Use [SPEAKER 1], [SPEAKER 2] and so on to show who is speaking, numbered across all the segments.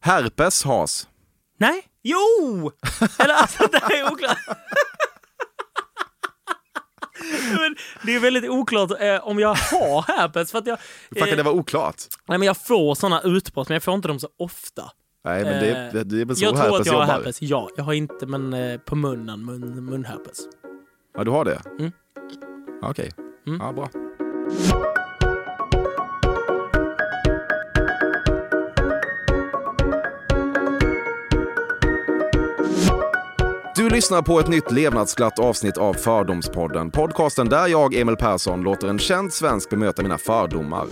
[SPEAKER 1] Herpes has.
[SPEAKER 2] Nej? Jo! Eller alltså, det här är oklart. Men det är väldigt oklart eh, om jag har herpes. För att jag,
[SPEAKER 1] Hur fan kan det
[SPEAKER 2] eh,
[SPEAKER 1] vara oklart?
[SPEAKER 2] nej, men jag får såna utbrott, men jag får inte dem så ofta.
[SPEAKER 1] Nej, men det, det, det är väl så
[SPEAKER 2] eh, jag
[SPEAKER 1] herpes
[SPEAKER 2] tror att jag
[SPEAKER 1] jobbar.
[SPEAKER 2] har herpes. Ja, jag har inte, men eh, på munnen. Mun, munherpes.
[SPEAKER 1] Ja, du har det?
[SPEAKER 2] Mm.
[SPEAKER 1] Ja, Okej. Ja, bra. Du lyssnar på ett nytt levnadsglatt avsnitt av Fördomspodden. Podcasten där jag, Emil Persson, låter en känd svensk bemöta mina fördomar.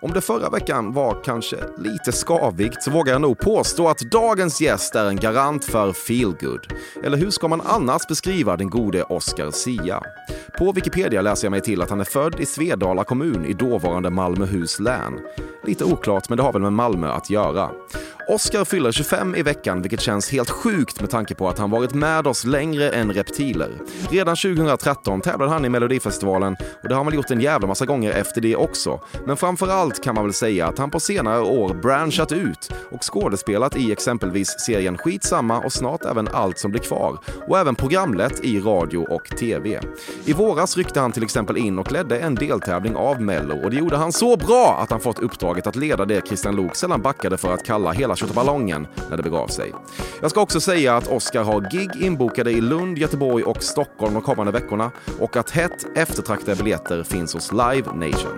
[SPEAKER 1] Om det förra veckan var kanske lite skavigt så vågar jag nog påstå att dagens gäst är en garant för feelgood. Eller hur ska man annars beskriva den gode Oscar Sia? På Wikipedia läser jag mig till att han är född i Svedala kommun i dåvarande Malmöhus län. Lite oklart, men det har väl med Malmö att göra. Oscar fyller 25 i veckan, vilket känns helt sjukt med tanke på att han varit med oss längre än reptiler. Redan 2013 tävlade han i Melodifestivalen och det har han väl gjort en jävla massa gånger efter det också. Men framför allt kan man väl säga att han på senare år branchat ut och skådespelat i exempelvis serien Skitsamma och snart även Allt som blir kvar och även programlett i radio och tv. I våras ryckte han till exempel in och ledde en deltävling av Mello och det gjorde han så bra att han fått uppdraget att leda det Christian Lok sällan backade för att kalla hela tjottaballongen när det begav sig. Jag ska också säga att Oscar har gig inbokade i Lund, Göteborg och Stockholm de kommande veckorna och att hett eftertraktade biljetter finns hos Live Nation.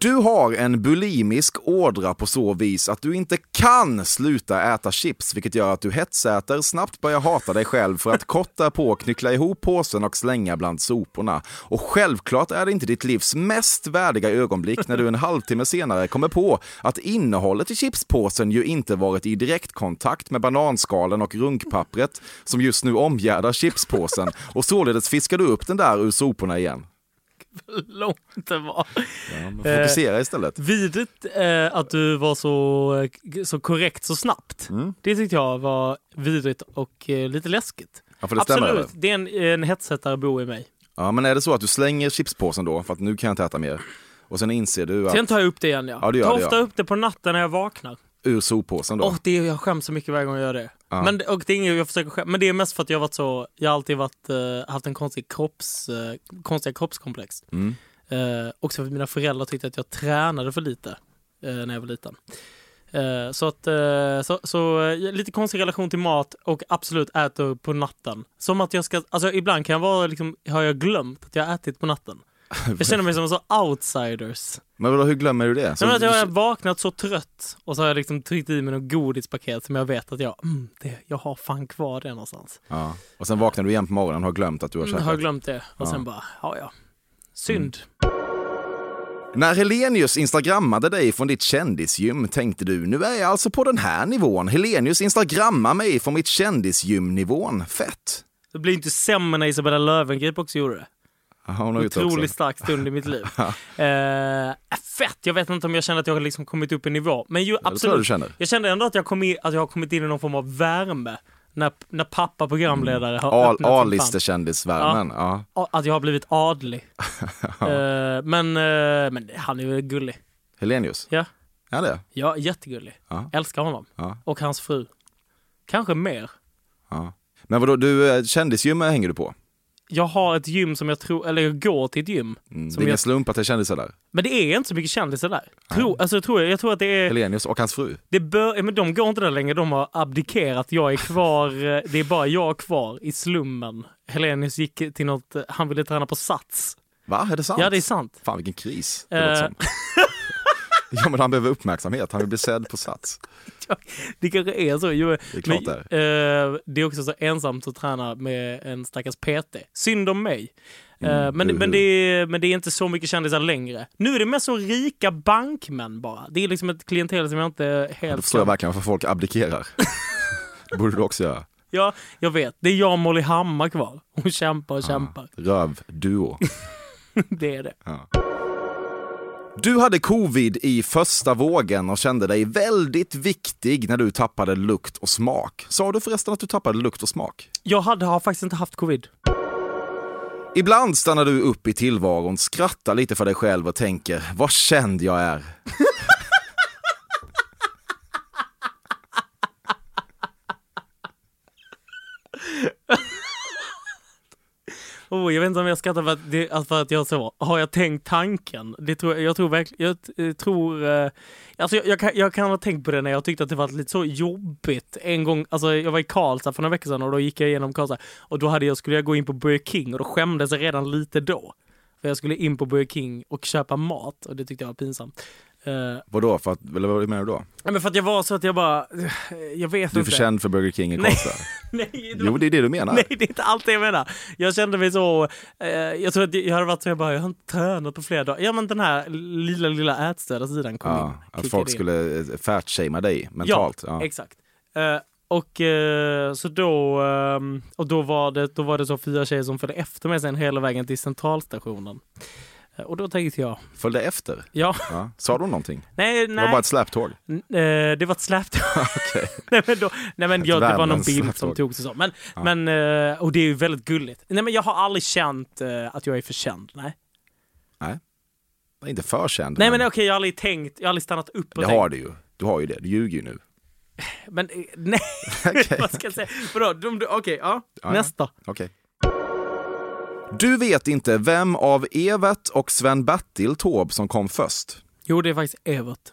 [SPEAKER 1] Du har en bulimisk ådra på så vis att du inte kan sluta äta chips, vilket gör att du hetsäter, snabbt börjar hata dig själv för att kort därpå knyckla ihop påsen och slänga bland soporna. Och självklart är det inte ditt livs mest värdiga ögonblick när du en halvtimme senare kommer på att innehållet i chipspåsen ju inte varit i direktkontakt med bananskalen och runkpappret som just nu omgärdar chipspåsen och således fiskar du upp den där ur soporna igen.
[SPEAKER 2] Långt det var.
[SPEAKER 1] Fokusera istället.
[SPEAKER 2] Vidrigt eh, att du var så, eh, k- så korrekt så snabbt.
[SPEAKER 1] Mm.
[SPEAKER 2] Det tyckte jag var vidrigt och eh, lite läskigt.
[SPEAKER 1] Ja, för det stämmer,
[SPEAKER 2] Absolut, det är en, en hetsätarbo i mig.
[SPEAKER 1] Ja, men är det så att du slänger chipspåsen då, för att nu kan jag inte äta mer? Och sen inser du att
[SPEAKER 2] Sen tar jag upp det igen. Ja.
[SPEAKER 1] Ja, det gör
[SPEAKER 2] tar
[SPEAKER 1] det,
[SPEAKER 2] ofta
[SPEAKER 1] ja.
[SPEAKER 2] upp det på natten när jag vaknar.
[SPEAKER 1] ur soppåsen då?
[SPEAKER 2] Åh, det, jag skäms så mycket varje gång jag gör det. Men, och det är inget jag försöker skäm, men det är mest för att jag har, varit så, jag har alltid varit, eh, haft en konstig kropps, eh, konstiga kroppskomplex.
[SPEAKER 1] Mm.
[SPEAKER 2] Eh, också för att mina föräldrar tyckte att jag tränade för lite eh, när jag var liten. Eh, så att, eh, så, så eh, lite konstig relation till mat och absolut äter på natten. Som att jag ska, alltså ibland kan jag vara liksom, har jag glömt att jag har ätit på natten? Jag känner mig som en sån outsiders.
[SPEAKER 1] Men vadå, hur glömmer du det? Så
[SPEAKER 2] Nej, men att jag har
[SPEAKER 1] du,
[SPEAKER 2] vaknat så trött och så har jag liksom tryckt i mig något godispaket som jag vet att jag, mm, det, jag har fan kvar det någonstans.
[SPEAKER 1] ja. Och sen vaknar du igen på morgonen och har glömt att du har
[SPEAKER 2] Mm,
[SPEAKER 1] käkat.
[SPEAKER 2] har jag glömt det
[SPEAKER 1] Ja.
[SPEAKER 2] och
[SPEAKER 1] Mm.
[SPEAKER 2] sen bara, ja ja. Synd.
[SPEAKER 1] När Helenius instagrammade dig från ditt kändisgym tänkte du, nu är jag alltså på den här nivån. Helenius instagrammar mig från mitt kändisgym-nivån. Fett!
[SPEAKER 2] Det blir inte sämre när Isabella Löwengrip också gjorde det.
[SPEAKER 1] Aha, hon har gjort det också.
[SPEAKER 2] Otroligt stark stund i mitt liv. eh, fett! Jag vet inte om jag känner att jag har liksom kommit upp i nivå. Men ju,
[SPEAKER 1] det tror jag du
[SPEAKER 2] absolut.
[SPEAKER 1] känner.
[SPEAKER 2] Jag kände ändå att jag, kom i, att jag har kommit in i någon form av värme. När, när pappa programledare har
[SPEAKER 1] A-
[SPEAKER 2] öppnat sin famn.
[SPEAKER 1] A-listekändisvärmen. Ja.
[SPEAKER 2] A- Att jag har blivit adlig. Eh, men, eh, men han är ju gullig.
[SPEAKER 1] Helenius,
[SPEAKER 2] Ja,
[SPEAKER 1] ja det är.
[SPEAKER 2] ja jättegullig.
[SPEAKER 1] Ja.
[SPEAKER 2] Älskar honom.
[SPEAKER 1] Ja.
[SPEAKER 2] Och hans fru. Kanske mer.
[SPEAKER 1] ja. Men vadå, du, eh, kändisgym hänger du på?
[SPEAKER 2] Jag har ett gym som jag tror, eller jag går till ett gym.
[SPEAKER 1] Mm, det är
[SPEAKER 2] som
[SPEAKER 1] ingen
[SPEAKER 2] jag,
[SPEAKER 1] slump att det är kändisar där.
[SPEAKER 2] men det är inte så mycket kändisar där. Tro, alltså, jag, tror, jag tror att det är
[SPEAKER 1] Helenius och hans fru.
[SPEAKER 2] Det bör, ja, men de går inte där längre, de har abdikerat. Jag är kvar, eh, det är bara jag kvar i slummen. Helenius gick till något, eh, han ville träna på Sats.
[SPEAKER 1] Va, är det sant?
[SPEAKER 2] Ja, det är Eh. sant.
[SPEAKER 1] Fan vilken kris det låter som. Ja men han behöver uppmärksamhet, han vill bli sedd på Sats.
[SPEAKER 2] Det kanske är så. Jo, det
[SPEAKER 1] är klart det
[SPEAKER 2] eh, det är också så ensamt att träna med en stackars PT. Synd om mig. Eh, men,
[SPEAKER 1] uhu.
[SPEAKER 2] men, det är, men det är inte så mycket kändisar längre. Nu är det mest så rika bankmän bara. Det är liksom ett klientel som jag inte
[SPEAKER 1] Då
[SPEAKER 2] helt
[SPEAKER 1] förstår jag verkligen varför folk abdikerar. Det borde du också göra.
[SPEAKER 2] Ja, jag vet. Det är jag och Molly Hammar kvar. Hon kämpar
[SPEAKER 1] Ah.
[SPEAKER 2] och kämpar.
[SPEAKER 1] Rövduo.
[SPEAKER 2] Det är det.
[SPEAKER 1] Du hade covid i första vågen och kände dig väldigt viktig när du tappade lukt och smak. Sa du förresten att du tappade lukt och smak?
[SPEAKER 2] Jag hade, har faktiskt inte haft covid.
[SPEAKER 1] Ibland stannar du upp i tillvaron, skrattar lite för dig själv och tänker, vad känd jag är.
[SPEAKER 2] Oh, jag vet inte om jag skrattar för att, det, att för att jag så. Har jag tänkt tanken? Det tror, jag- jag tror verkligen, jag t- eh, tror... eh, Alltså jag, jag, kan, jag kan ha tänkt på det när jag tyckte att det var lite så jobbigt en gång. Alltså jag var i Karlstad för några veckor sedan och då gick jag igenom Karlstad och då hade jag, skulle jag gå in på Burger King och då skämdes jag redan lite då. För jag skulle in på Burger King och köpa mat och det tyckte jag var pinsamt. Eh,
[SPEAKER 1] Vadå, för att, eller vad menar du då?
[SPEAKER 2] nej, men för att jag var så att jag bara, eh, jag vet
[SPEAKER 1] Du är
[SPEAKER 2] inte.
[SPEAKER 1] för känd för Burger King i
[SPEAKER 2] Nej.
[SPEAKER 1] Karlstad?
[SPEAKER 2] Nej, det var-
[SPEAKER 1] Jo, det är det du menar.
[SPEAKER 2] Nej, det är inte allt det jag menar. Jag kände mig så... Eh, jag tror att jag hade varit så, jag bara, jag har inte tränat på flera dagar. Ja, men den här lilla, lilla ätstörda sidan kom in.
[SPEAKER 1] Ja, Ah, att
[SPEAKER 2] Klickade
[SPEAKER 1] folk
[SPEAKER 2] in.
[SPEAKER 1] skulle eh, fatshamea dig mentalt. Ja,
[SPEAKER 2] Exakt. Eh, och eh, så då, ehm, och då, var det, då var det så fyra tjejer som följde efter mig sen hela vägen till centralstationen. Eh, Och då tänkte jag,
[SPEAKER 1] Följde efter.
[SPEAKER 2] ja,
[SPEAKER 1] Ja. Sa de någonting?
[SPEAKER 2] nej,
[SPEAKER 1] Det var
[SPEAKER 2] nej,
[SPEAKER 1] bara ett släptåg.
[SPEAKER 2] N- eh, det var ett släptåg. nej men, då, nej, men
[SPEAKER 1] Ett
[SPEAKER 2] jag, det var någon
[SPEAKER 1] värmländskt
[SPEAKER 2] bild som
[SPEAKER 1] släptåg.
[SPEAKER 2] togs och så. Men, men, eh, och det är ju väldigt gulligt. Nej men jag har aldrig känt eh, att jag är för känd. Nej,
[SPEAKER 1] Nej, Inte för känd.
[SPEAKER 2] nej men okej, jag har aldrig tänkt, jag har aldrig stannat upp och
[SPEAKER 1] det
[SPEAKER 2] tänkt.
[SPEAKER 1] har du ju. Du har ju det. Du ljuger ju nu.
[SPEAKER 2] Men eh, nej, vad ska jag säga? Vadå, de- de- okej, ja.
[SPEAKER 1] ja.
[SPEAKER 2] Nästa.
[SPEAKER 1] Okej. Du vet inte vem av Evert och Sven-Bertil Taube som kom först.
[SPEAKER 2] Jo, det är faktiskt Evert.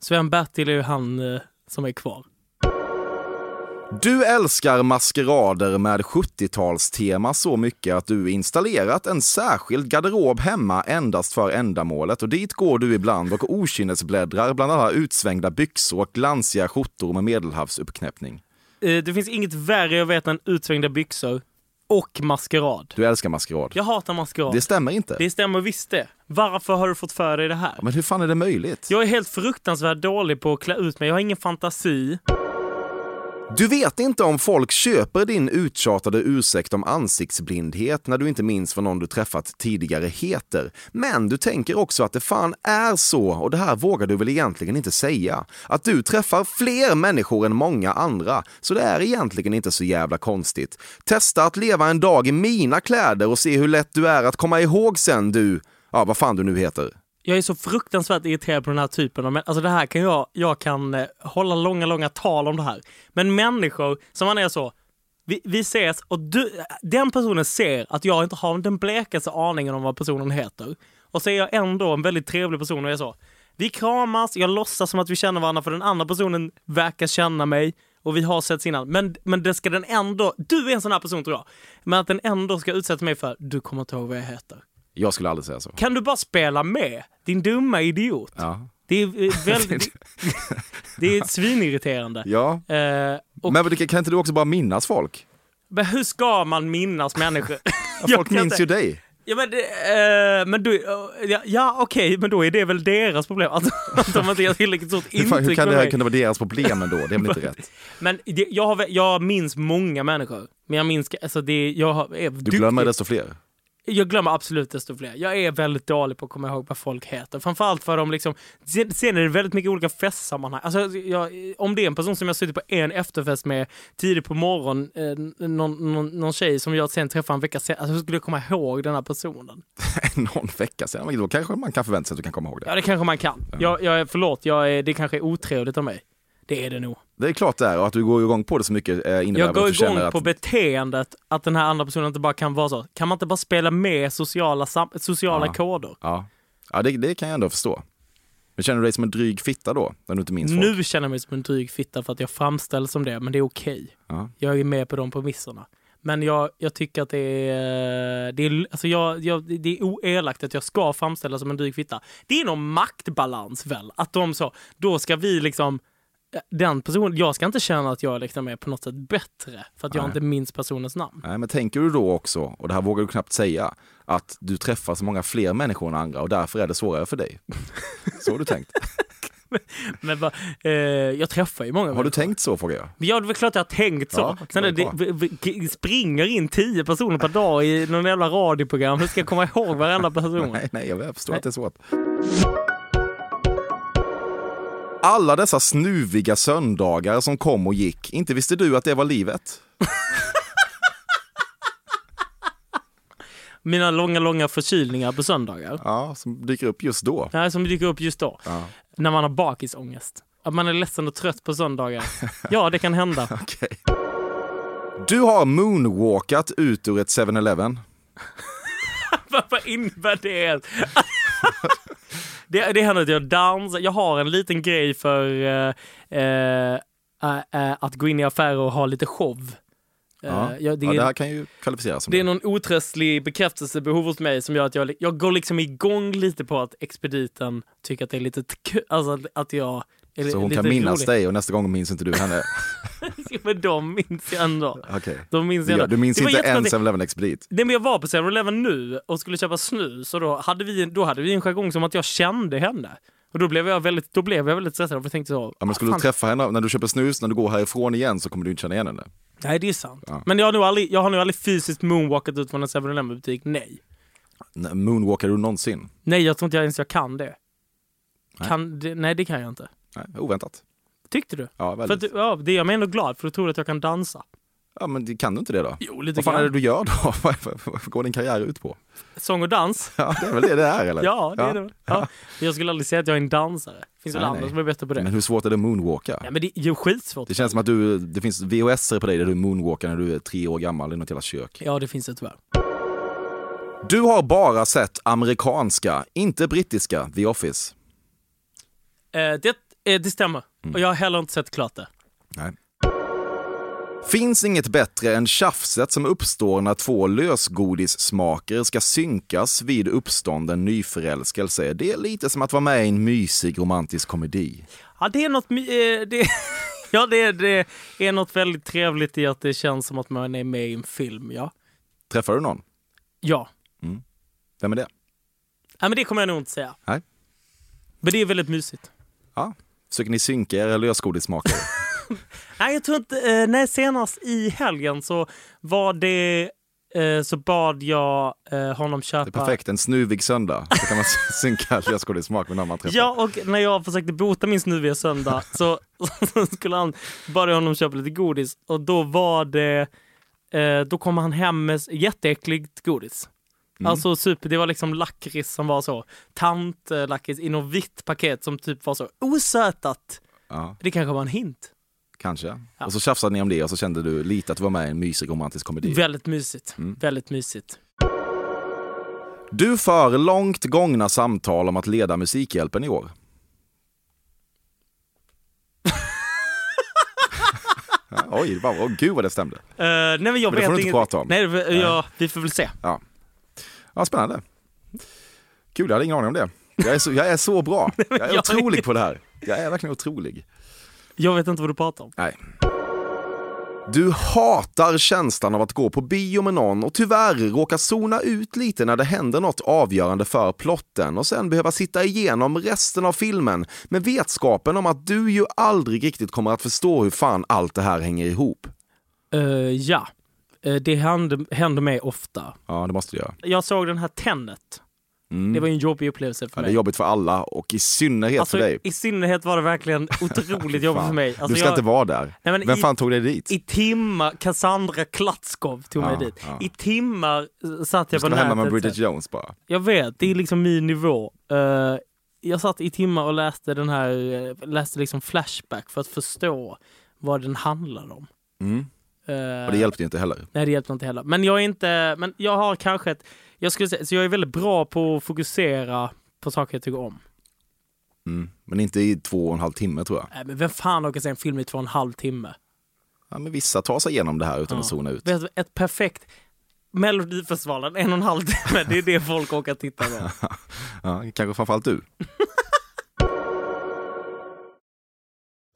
[SPEAKER 2] Sven-Bertil är ju han eh, som är kvar.
[SPEAKER 1] Du älskar maskerader med 70-talstema så mycket att du installerat en särskild garderob hemma endast för ändamålet och dit går du ibland och okynnesbläddrar bland alla utsvängda byxor och glansiga skjortor med medelhavsuppknäppning.
[SPEAKER 2] Eh, det finns inget värre jag vet än utsvängda byxor och maskerad.
[SPEAKER 1] Du älskar maskerad.
[SPEAKER 2] Jag hatar maskerad.
[SPEAKER 1] Det
[SPEAKER 2] Det,
[SPEAKER 1] stämmer inte.
[SPEAKER 2] stämmer visst det. Varför har du fått för dig det här?
[SPEAKER 1] Men hur fan är det möjligt?
[SPEAKER 2] Jag är helt fruktansvärt dålig på att klä ut mig. Jag har ingen fantasi.
[SPEAKER 1] Du vet inte om folk köper din uttjatade ursäkt om ansiktsblindhet när du inte minns vad någon du träffat tidigare heter. Men du tänker också att det fan är så, och det här vågar du väl egentligen inte säga, att du träffar fler människor än många andra, så det är egentligen inte så jävla konstigt. Testa att leva en dag i mina kläder och se hur lätt du är att komma ihåg sen du, ja vad fan du nu heter.
[SPEAKER 2] Jag är så fruktansvärt irriterad på den här typen av män- Alltså det här kan jag, jag kan eh, hålla långa, långa tal om det här. Men människor som man är så, vi, vi ses och du, den personen ser att jag inte har den blekaste aningen om vad personen heter. Och så är jag ändå en väldigt trevlig person och är så, vi kramas, jag låtsas som att vi känner varandra för den andra personen verkar känna mig och vi har setts innan. Men, men det ska den ändå, du är en sån här person tror jag, men att den ändå ska utsätta mig för, du kommer inte ihåg vad jag heter.
[SPEAKER 1] Jag skulle aldrig säga så.
[SPEAKER 2] Kan du bara spela med? Din dumma idiot.
[SPEAKER 1] Ja.
[SPEAKER 2] Det är eh, väldigt... det är svinirriterande.
[SPEAKER 1] ja.
[SPEAKER 2] Eh, och, men,
[SPEAKER 1] Men Ulrika, kan inte du också bara minnas folk?
[SPEAKER 2] hur ska man minnas människor? Jag
[SPEAKER 1] Folk
[SPEAKER 2] kan
[SPEAKER 1] minns
[SPEAKER 2] inte-
[SPEAKER 1] ju dig.
[SPEAKER 2] Ja, men, det- eh, men du, eh, ja, ja okej, men då är det väl deras problem. Att, att de inte har tillräckligt stort
[SPEAKER 1] Hur, fan, hur
[SPEAKER 2] intryck
[SPEAKER 1] kan det
[SPEAKER 2] med
[SPEAKER 1] här
[SPEAKER 2] mig.
[SPEAKER 1] kunna vara deras problem ändå? Det är väl inte rätt?
[SPEAKER 2] Men det, jag, har, väl- jag minns många människor. Men jag minns, alltså det, jag har, är
[SPEAKER 1] Du glömmer desto fler.
[SPEAKER 2] Jag glömmer absolut desto fler. Jag är väldigt dålig på att komma ihåg vad folk heter. Framförallt för de liksom, sen, sen är det väldigt mycket olika festsammanhang. Alltså, jag, om det är en person som jag suttit på en efterfest med tidigt på morgonen, eh, någon, någon, någon tjej som jag sen träffar en vecka sen, alltså, hur skulle jag komma ihåg den här personen?
[SPEAKER 1] Någon vecka sedan, men då kanske man kan förvänta sig att du kan komma ihåg det.
[SPEAKER 2] Ja, det kanske man kan. Jag, jag, är- förlåt, jag är, det kanske är otrevligt av mig. Det är det nog.
[SPEAKER 1] Det är klart det är, och att du går igång på det så mycket eh, innebär
[SPEAKER 2] Jag
[SPEAKER 1] väl
[SPEAKER 2] går
[SPEAKER 1] att du känner
[SPEAKER 2] igång
[SPEAKER 1] att...
[SPEAKER 2] på beteendet att den här andra personen inte bara kan vara så. Kan man inte bara spela med sociala, sam- sociala
[SPEAKER 1] Ja.
[SPEAKER 2] koder?
[SPEAKER 1] Ja, ja det, det kan jag ändå förstå. Men känner du dig som en dryg fitta då, när du inte minns folk?
[SPEAKER 2] Nu känner jag mig som en dryg fitta för att jag framställs som det, men det är okej.
[SPEAKER 1] Ja.
[SPEAKER 2] Jag är med på de premisserna. Men jag, jag tycker att det är, det är, alltså jag, jag, det är oelakt att jag ska framställas som en dryg fitta. Det är någon maktbalans väl? Att de så, då ska vi liksom, den personen, jag ska inte känna att jag liksom är på något sätt bättre för att jag
[SPEAKER 1] Nej.
[SPEAKER 2] inte minns personens namn.
[SPEAKER 1] Nej, men tänker du då också, och det här vågar du knappt säga, att du träffar så många fler människor än andra och därför är det svårare för dig? så har du tänkt.
[SPEAKER 2] Men va, eh, jag träffar ju många
[SPEAKER 1] Har du tänkt så, frågar jag.
[SPEAKER 2] Ja, det är väl klart jag har tänkt så.
[SPEAKER 1] Ja,
[SPEAKER 2] Sen är det,
[SPEAKER 1] vad
[SPEAKER 2] vi, vi- vi springer in tio personer per dag i någon jävla radioprogram. Hur ska jag komma ihåg varenda person?
[SPEAKER 1] Nej, nej, jag förstår att det är svårt. Alla dessa snuviga söndagar som kom och gick, inte visste du att det var livet?
[SPEAKER 2] Mina långa, långa förkylningar på söndagar.
[SPEAKER 1] Ja, som dyker upp just då.
[SPEAKER 2] Det här som dyker upp just då.
[SPEAKER 1] Ja.
[SPEAKER 2] När man har bakisångest. Att man är ledsen och trött på söndagar. Ja, det kan hända.
[SPEAKER 1] Okej. Du har moonwalkat ut ur ett 7-Eleven.
[SPEAKER 2] Vad- Vad innebär det ens? det, det händer att jag dansar. Jag har en liten grej för eh, eh, eh, att gå in i affärer och ha lite show. Eh,
[SPEAKER 1] Ja.
[SPEAKER 2] jag- det,
[SPEAKER 1] Ja,
[SPEAKER 2] är-
[SPEAKER 1] det här kan ju kvalificeras som
[SPEAKER 2] det är
[SPEAKER 1] det.
[SPEAKER 2] någon otröstlig bekräftelsebehov hos mig som gör att jag, li- jag går liksom igång lite på att expediten tycker att det är lite kul. Alltså att- att jag är li-
[SPEAKER 1] Så hon
[SPEAKER 2] lite
[SPEAKER 1] kan minnas
[SPEAKER 2] rolig.
[SPEAKER 1] dig och nästa gång minns inte du henne.
[SPEAKER 2] Men de minns jag ändå.
[SPEAKER 1] Okej.
[SPEAKER 2] De minns jag
[SPEAKER 1] Ja,
[SPEAKER 2] ändå.
[SPEAKER 1] du minns
[SPEAKER 2] Det var
[SPEAKER 1] inte en
[SPEAKER 2] jättekonstigt.
[SPEAKER 1] 7-Eleven-expedit?
[SPEAKER 2] Nej, men jag var på 7-Eleven nu och skulle köpa snus och då hade vi, då hade vi en jargong som att jag kände henne. Och då blev jag väldigt, då blev jag väldigt stressad för jag tänkte så.
[SPEAKER 1] Ja, men skulle
[SPEAKER 2] "Ah,
[SPEAKER 1] du träffa henne när du köper snus, när du går härifrån igen så kommer du inte känna igen henne?
[SPEAKER 2] Nej, det är sant.
[SPEAKER 1] Ja.
[SPEAKER 2] Men jag har, nog aldrig, jag har nog aldrig fysiskt moonwalkat ut från en 7-Eleven butik. Nej.
[SPEAKER 1] Nej, Moonwalkar du någonsin?
[SPEAKER 2] Nej, jag tror inte jag ens jag kan det.
[SPEAKER 1] Nej.
[SPEAKER 2] Kan det, nej, det kan jag inte.
[SPEAKER 1] Nej, oväntat.
[SPEAKER 2] Tyckte du?
[SPEAKER 1] Ja,
[SPEAKER 2] För att,
[SPEAKER 1] väldigt.
[SPEAKER 2] du- ja, det gör mig ändå glad för du tror att jag kan dansa.
[SPEAKER 1] Ja, men det- kan du inte det då?
[SPEAKER 2] Jo, lite
[SPEAKER 1] Vad fan är det
[SPEAKER 2] grann.
[SPEAKER 1] du gör då? Vad- vad- Vad går din karriär ut på?
[SPEAKER 2] Sång och dans.
[SPEAKER 1] Ja, det är väl det det är eller?
[SPEAKER 2] Ja, det är det. väl. Ja. Jag skulle aldrig säga att jag är en dansare. Finns väl
[SPEAKER 1] Nej,
[SPEAKER 2] andra
[SPEAKER 1] nej.
[SPEAKER 2] som är bättre på det?
[SPEAKER 1] Men hur svårt är det att moonwalka?
[SPEAKER 2] Nej, men det är ju skitsvårt.
[SPEAKER 1] Det känns som att du, det finns VHS på dig där du moonwalkar när du är tre år gammal i något jävla kök.
[SPEAKER 2] Ja, det finns det tyvärr.
[SPEAKER 1] Du har bara sett amerikanska, inte brittiska, The Office.
[SPEAKER 2] Eh, det, eh, det stämmer.
[SPEAKER 1] Mm.
[SPEAKER 2] Och jag har heller inte sett klart det.
[SPEAKER 1] Nej. Finns inget bättre än tjafset som uppstår när två lösgodissmaker ska synkas vid uppstånden nyförälskelse. Det är lite som att vara med i en mysig romantisk komedi.
[SPEAKER 2] Ja, det är något... my- Eh, det, ja, det, det är något väldigt trevligt i att det känns som att man är med i en film, ja.
[SPEAKER 1] Träffar du någon?
[SPEAKER 2] Ja.
[SPEAKER 1] Vem är det?
[SPEAKER 2] ja men det kommer jag nog inte säga.
[SPEAKER 1] Nej.
[SPEAKER 2] Men det är väldigt mysigt.
[SPEAKER 1] Ja. Försöker ni synka era lösgodissmakare?
[SPEAKER 2] Nej, jag tror inte... Eh, nej, senast i helgen så var det... Eh, så bad jag eh, honom köpa...
[SPEAKER 1] Det är perfekt, en snuvig söndag. Då kan man synka lösgodissmak med någon man träffar.
[SPEAKER 2] Ja, och när jag försökte bota min snuviga söndag så, så skulle han bara honom köpa lite godis och då var det, eh, då kom han hem med jätteäckligt godis.
[SPEAKER 1] Mm.
[SPEAKER 2] Alltså super, det var liksom lakrits som var så, tantlakrits i något vitt paket som typ var så osötat.
[SPEAKER 1] Ja,
[SPEAKER 2] Det kanske var en hint.
[SPEAKER 1] kanske. Och så tjafsade ni om det och så kände du lite att du var med i en mysig romantisk komedi.
[SPEAKER 2] Väldigt mysigt.
[SPEAKER 1] Mm.
[SPEAKER 2] Väldigt mysigt.
[SPEAKER 1] Du för långt gångna samtal om att leda Musikhjälpen i år. Ja, Oj, det bara, åh, gud vad det stämde.
[SPEAKER 2] Eh, nej men
[SPEAKER 1] Men
[SPEAKER 2] jag
[SPEAKER 1] det
[SPEAKER 2] vet
[SPEAKER 1] får du inte
[SPEAKER 2] inget-
[SPEAKER 1] prata om.
[SPEAKER 2] Nej, det- ja, vi får väl se.
[SPEAKER 1] Ja. ja, spännande. Kul, jag hade ingen aning om det. Jag är så, jag är så bra. Jag är
[SPEAKER 2] jag-
[SPEAKER 1] otrolig på det här. Jag är verkligen otrolig.
[SPEAKER 2] Jag vet inte vad du pratar om.
[SPEAKER 1] Nej. Du hatar känslan av att gå på bio med någon och tyvärr råkar zona ut lite när det händer något avgörande för plotten och sen behöva sitta igenom resten av filmen med vetskapen om att du ju aldrig riktigt kommer att förstå hur fan allt det här hänger ihop.
[SPEAKER 2] Eh, ja, Eh, det händer, händer mig ofta.
[SPEAKER 1] Ja, det måste du göra.
[SPEAKER 2] jag såg den här Tenet. Det var ju en jobbig upplevelse
[SPEAKER 1] Mm.
[SPEAKER 2] för
[SPEAKER 1] Ja, det är
[SPEAKER 2] mig.
[SPEAKER 1] jobbigt för alla och i synnerhet
[SPEAKER 2] alltså,
[SPEAKER 1] för dig.
[SPEAKER 2] I synnerhet var det verkligen otroligt jobbigt
[SPEAKER 1] Fan.
[SPEAKER 2] för mig. Alltså,
[SPEAKER 1] du ska
[SPEAKER 2] jag,
[SPEAKER 1] inte vara där.
[SPEAKER 2] Nej, men
[SPEAKER 1] Vem
[SPEAKER 2] i-
[SPEAKER 1] fan tog dig dit?
[SPEAKER 2] I timmar, Cassandra Klatskov tog
[SPEAKER 1] Ja,
[SPEAKER 2] mig dit.
[SPEAKER 1] ja.
[SPEAKER 2] I timmar eh, satt
[SPEAKER 1] Du
[SPEAKER 2] jag på
[SPEAKER 1] ska vara hemma med
[SPEAKER 2] nätet.
[SPEAKER 1] Bridget
[SPEAKER 2] så här.
[SPEAKER 1] Jones bara.
[SPEAKER 2] Jag vet, det är liksom min nivå. Eh, jag satt i timmar och läste den här, eh, läste liksom Flashback för att förstå vad den handlar om.
[SPEAKER 1] Mm.
[SPEAKER 2] Eh,
[SPEAKER 1] Och det hjälpte ju inte heller.
[SPEAKER 2] Nej, det hjälpte inte heller. Men jag är inte, men jag har kanske ett, jag skulle säga, så jag är väldigt bra på att fokusera på saker jag tycker om.
[SPEAKER 1] Mm. Men inte i två och en halv timme tror jag.
[SPEAKER 2] Nej, Äh, men vem fan orkar se en film i två och en halv timme?
[SPEAKER 1] Ja, men vissa tar sig igenom det här utan att zona ut.
[SPEAKER 2] Vet du, ett perfekt Melodifestivalen, en och en halv timme, det är det folk orkar titta på.
[SPEAKER 1] Ja, kanske framförallt du.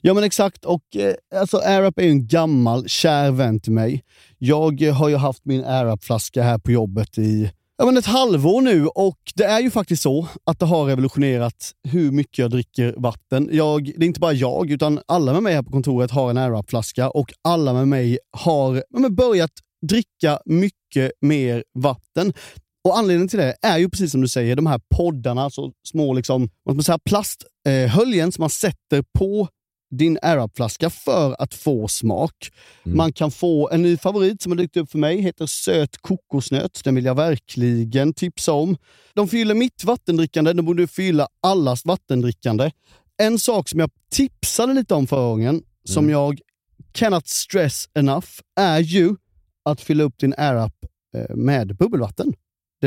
[SPEAKER 3] Ja men exakt, och eh, alltså AirUp är ju en gammal kär vän till mig. Jag eh, har ju haft min AirUp-flaska här på jobbet i ja, men ett halvår nu och det är ju faktiskt så att det har revolutionerat hur mycket jag dricker vatten. Jag, det är inte bara jag, utan alla med mig här på kontoret har en AirUp-flaska och alla med mig har ja, men börjat dricka mycket mer vatten. Och Anledningen till det är ju precis som du säger, de här poddarna, så små liksom, vad ska man säga, plasthöljen som man sätter på din AirUp-flaska för att få smak.
[SPEAKER 1] Mm.
[SPEAKER 3] Man kan få en ny favorit som har dykt upp för mig, heter Söt kokosnöt. Den vill jag verkligen tipsa om. De fyller mitt vattendrickande, de borde fylla allas vattendrickande. En sak som jag tipsade lite om förra gången, som
[SPEAKER 1] Mm.
[SPEAKER 3] jag cannot stress enough, är ju att fylla upp din AirUp eh, med bubbelvatten. Det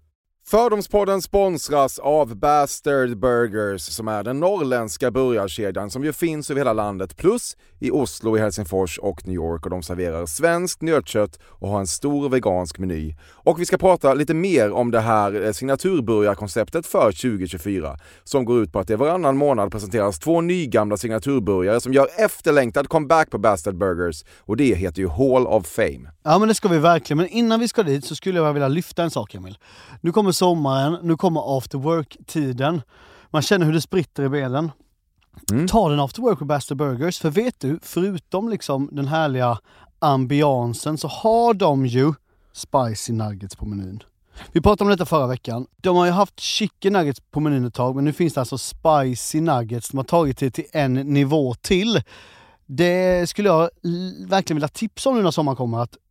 [SPEAKER 1] Fördomspodden sponsras av Bastard Burgers som är den norrländska burgarkedjan som ju finns över hela landet plus i Oslo, i Helsingfors och New York och de serverar svenskt nötkött och har en stor vegansk meny. Och vi ska prata lite mer om det här eh, signaturburgarkonceptet för 2024 som går ut på att det varannan månad presenteras två nygamla signaturburgare som gör efterlängtad comeback på Bastard Burgers och det heter ju Hall of Fame.
[SPEAKER 3] Ja, men det ska vi verkligen. Men innan vi ska dit så skulle jag vilja lyfta en sak, Emil. Nu kommer sommaren, nu kommer after work-tiden. Man känner hur det spritter i benen. Ta den after work och Bastard Burgers, för vet du, förutom liksom den härliga ambiansen så har de ju spicy nuggets på menyn. Vi pratade om detta förra veckan. De har ju haft chicken nuggets på menyn ett tag, men nu finns det alltså spicy nuggets. De har tagit det till en nivå till. Det skulle jag l- verkligen vilja tipsa om nu när sommaren kommer. Att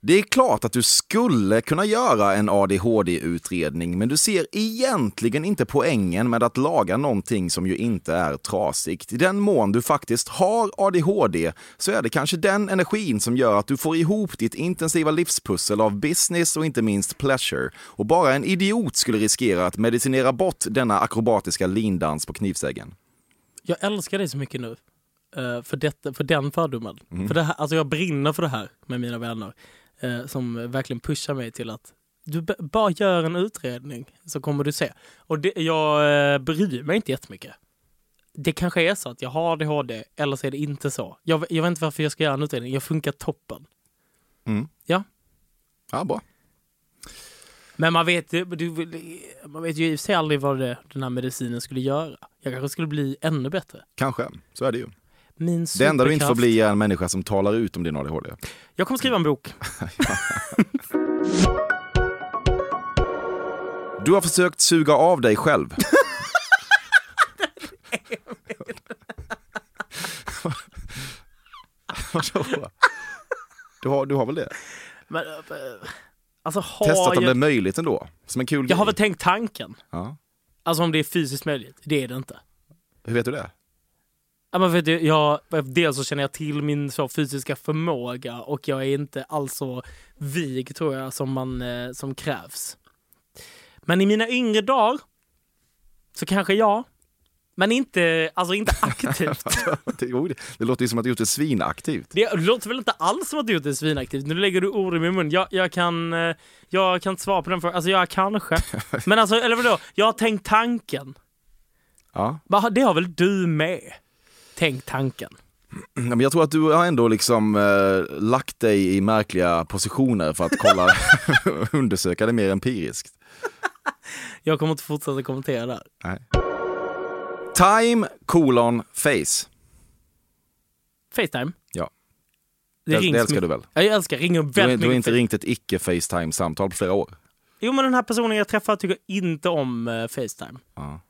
[SPEAKER 1] Det är klart att du skulle kunna göra en ADHD-utredning, men du ser egentligen inte poängen med att laga någonting som ju inte är trasigt. I den mån du faktiskt har ADHD så är det kanske den energin som gör att du får ihop ditt intensiva livspussel av business och inte minst pleasure. Och bara en idiot skulle riskera att medicinera bort denna akrobatiska lindans på knivsäggen.
[SPEAKER 2] Jag älskar dig så mycket nu. eh, för, detta, för den fördomen.
[SPEAKER 1] Mm.
[SPEAKER 2] För det här, alltså jag brinner för det här med mina vänner. eh, som verkligen pushar mig till att du b- bara gör en utredning så kommer du se. Och det, jag eh, bryr mig inte jättemycket. Det kanske är så att jag har ADHD eller så är det inte så. Jag, v- jag vet inte varför jag ska göra en utredning. Jag funkar toppen.
[SPEAKER 1] Mm.
[SPEAKER 2] Ja.
[SPEAKER 1] Ja, bra.
[SPEAKER 2] Men man vet, ju- du, man vet ju i och för sig aldrig vad det, den här medicinen skulle göra. Jag kanske skulle bli ännu bättre.
[SPEAKER 1] Kanske, så är det ju.
[SPEAKER 2] Min
[SPEAKER 1] Det enda du inte får
[SPEAKER 2] superkraft-
[SPEAKER 1] bli är en människa som talar ut om din ADHD.
[SPEAKER 2] Jag kommer skriva en bok.
[SPEAKER 1] Du har försökt suga av dig själv. Vadå? Du har, du har väl det?
[SPEAKER 2] Men, eh, alltså, har
[SPEAKER 1] Testat om
[SPEAKER 2] jag...
[SPEAKER 1] det är möjligt ändå? Som en kul
[SPEAKER 2] Jag har väl
[SPEAKER 1] grej.
[SPEAKER 2] tänkt tanken.
[SPEAKER 1] ja.
[SPEAKER 2] Alltså om det är fysiskt möjligt. Det är det inte.
[SPEAKER 1] Hur vet du det?
[SPEAKER 2] Ja, men för att jag, dels så känner jag till min så fysiska förmåga och jag är inte alls så vig tror jag som, man, eh, som krävs. Men i mina yngre dagar så kanske jag. Men inte, alltså inte aktivt.
[SPEAKER 1] det, jo, det- det låter ju som att du gjort det svinaktivt.
[SPEAKER 2] Det låter väl inte alls som att du gjort det svinaktivt? Nu lägger du ord i min mun. Jag, jag, kan, eh, jag kan inte svara på den frågan. Alltså jag kanske. Men alltså, eller vadå? Jag har tänkt tanken.
[SPEAKER 1] Ja.
[SPEAKER 2] Men har- det har väl du med? Tänk tanken.
[SPEAKER 1] Ja, Men jag tror att du har ändå liksom eh, lagt dig i märkliga positioner för att kolla, undersöka det mer empiriskt.
[SPEAKER 2] Jag kommer inte fortsätta kommentera där.
[SPEAKER 1] Nej. Time, kolon, face.
[SPEAKER 2] Facetime.
[SPEAKER 1] Ja.
[SPEAKER 2] Det,
[SPEAKER 1] Det-
[SPEAKER 2] rings
[SPEAKER 1] det älskar
[SPEAKER 2] mycket.
[SPEAKER 1] du väl?
[SPEAKER 2] Ja, jag älskar. Ringer
[SPEAKER 1] Du, har-
[SPEAKER 2] väldigt
[SPEAKER 1] du har
[SPEAKER 2] mycket.
[SPEAKER 1] inte ringt ett icke-Facetime-samtal på flera år.
[SPEAKER 2] Jo, men den här personen jag träffar tycker inte om eh, Facetime.
[SPEAKER 1] Ja.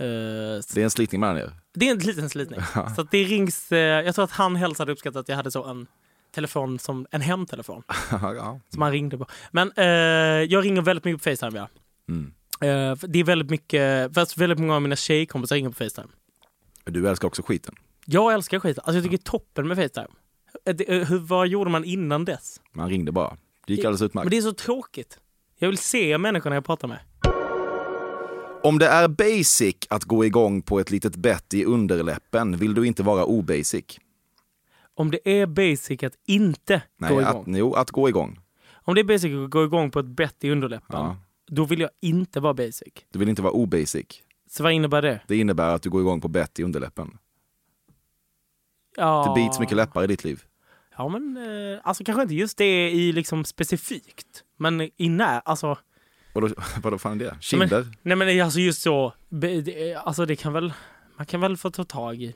[SPEAKER 2] Eh, så
[SPEAKER 1] Det är en slitning mellan er.
[SPEAKER 2] det är en liten slitning. Så att det rings... eh, jag tror att han helst hade uppskattat att jag hade så en telefon som en hemtelefon
[SPEAKER 1] ja.
[SPEAKER 2] som han ringde på. Men eh, jag ringer väldigt mycket på Facetime, ja.
[SPEAKER 1] Mm.
[SPEAKER 2] Eh, för det är väldigt mycket... Fast väldigt många av mina tjejkompisar ringer på Facetime.
[SPEAKER 1] Du älskar också skiten.
[SPEAKER 2] Jag älskar skit. Alltså jag tycker det är toppen med Facetime. Eh, det- eh, Hur, vad gjorde man innan dess?
[SPEAKER 1] Man ringde bara. Det gick
[SPEAKER 2] Det-
[SPEAKER 1] alldeles
[SPEAKER 2] Men
[SPEAKER 1] utmärkt.
[SPEAKER 2] det är så tråkigt. Jag vill se människorna jag pratar med.
[SPEAKER 1] Om det är basic att gå igång på ett litet bett i underläppen vill du inte vara obasic.
[SPEAKER 2] Om det är basic att inte gå
[SPEAKER 1] att,
[SPEAKER 2] igång.
[SPEAKER 1] jo, att gå igång.
[SPEAKER 2] Om det är basic att gå igång på ett bett i underläppen,
[SPEAKER 1] Ja.
[SPEAKER 2] då vill jag inte vara basic.
[SPEAKER 1] Du vill inte vara obasic.
[SPEAKER 2] Så vad innebär det?
[SPEAKER 1] Det innebär att du går igång på bett i underläppen.
[SPEAKER 2] Ja,
[SPEAKER 1] Det bits mycket läppar i ditt liv.
[SPEAKER 2] Ja, men eh, alltså kanske inte just det i liksom specifikt, men i när, alltså.
[SPEAKER 1] Vadå, vadå fan är det?
[SPEAKER 2] nej,
[SPEAKER 1] Kinder?
[SPEAKER 2] Men, nej, men alltså just så, be- det- alltså det kan väl, man kan väl få ta tag i,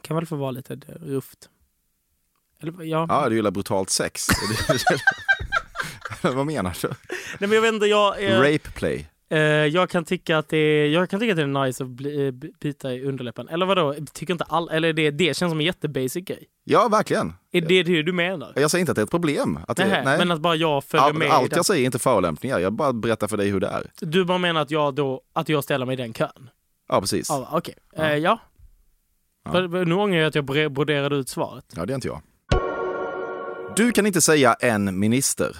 [SPEAKER 2] kan väl få vara lite rufft. Eller, ja.
[SPEAKER 1] Ja, du gillar brutalt sex. Vad menar du?
[SPEAKER 2] Nej, men jag vet inte, jag... eh,
[SPEAKER 1] Rape play.
[SPEAKER 2] Eh, jag, kan tycka att det är, jag kan tycka att det är nice att bli, eh, b- bita i underläppen. Eller vadå? Tycker inte all, eller det, det känns som en jättebasic grej.
[SPEAKER 1] Ja, verkligen.
[SPEAKER 2] Är det det du menar?
[SPEAKER 1] Jag säger inte att det är ett problem. Att det,
[SPEAKER 2] Nähä,
[SPEAKER 1] Eh, nej.
[SPEAKER 2] Men att bara jag följer
[SPEAKER 1] Allt,
[SPEAKER 2] med i
[SPEAKER 1] allt
[SPEAKER 2] den.
[SPEAKER 1] jag säger är inte förolämpningar, jag bara berättar för dig hur det är.
[SPEAKER 2] Du bara menar att jag, då, att jag ställer mig i den kön?
[SPEAKER 1] Ja, precis.
[SPEAKER 2] Ja, Okej. Eh, ja.
[SPEAKER 1] Ja.
[SPEAKER 2] För- Nu ångrar jag att jag bro- broderade ut svaret.
[SPEAKER 1] Ja, det är inte jag. Du kan inte säga en minister.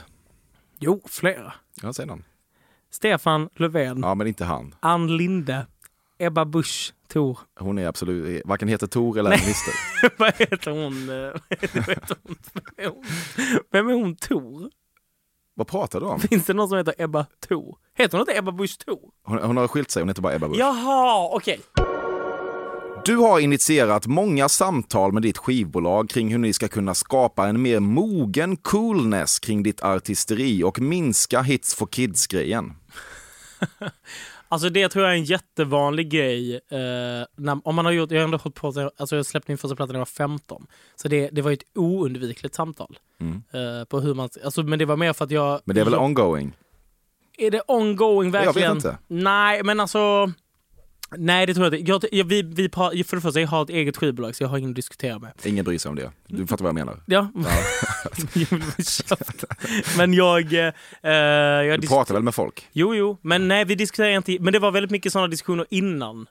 [SPEAKER 2] Jo, flera.
[SPEAKER 1] Jag säger någon.
[SPEAKER 2] Stefan Löfven,
[SPEAKER 1] Ja, men inte han.
[SPEAKER 2] Ann Linde, Ebba Busch Thor.
[SPEAKER 1] Hon är absolut, varken heter Tor eller en minister.
[SPEAKER 2] Vad heter hon? Eh, Vad heter hon? Vem är hon? Vem är hon Thor?
[SPEAKER 1] Vad pratar du om?
[SPEAKER 2] Finns det någon som heter Ebba Thor? Heter hon inte Ebba Busch Thor?
[SPEAKER 1] Hon, hon har skilt sig, hon heter bara Ebba Busch.
[SPEAKER 2] Jaha, okej.
[SPEAKER 1] Du har initierat många samtal med ditt skivbolag kring hur ni ska kunna skapa en mer mogen coolness kring ditt artisteri och minska Hits for Kids-grejen.
[SPEAKER 2] Alltså det tror jag är en jättevanlig grej. Eh, när, om man har gjort, jag har ändå hållit på, alltså jag släppte min första platta när jag var 15. Så det, det var ju ett oundvikligt samtal.
[SPEAKER 1] Mm.
[SPEAKER 2] Eh, på hur man, alltså, men det var mer för att jag...
[SPEAKER 1] Men det är väl
[SPEAKER 2] jag,
[SPEAKER 1] ongoing?
[SPEAKER 2] Är det ongoing
[SPEAKER 1] vet
[SPEAKER 2] verkligen?
[SPEAKER 1] inte. Nej
[SPEAKER 2] Nej, men alltså... Nej, det tror jag inte. Jag, jag, vi, vi, har- för det första, jag har ett eget skivbolag så jag har ingen att diskutera med.
[SPEAKER 1] Ingen bryr sig om det. Du fattar vad jag menar.
[SPEAKER 2] Ja. Jag vill bli köpt. men jag... Eh, eh, jag
[SPEAKER 1] Du
[SPEAKER 2] dis-
[SPEAKER 1] pratar väl med folk?
[SPEAKER 2] jo, jo. Men nej, vi diskuterar inte. Men det var väldigt mycket sådana diskussioner innan.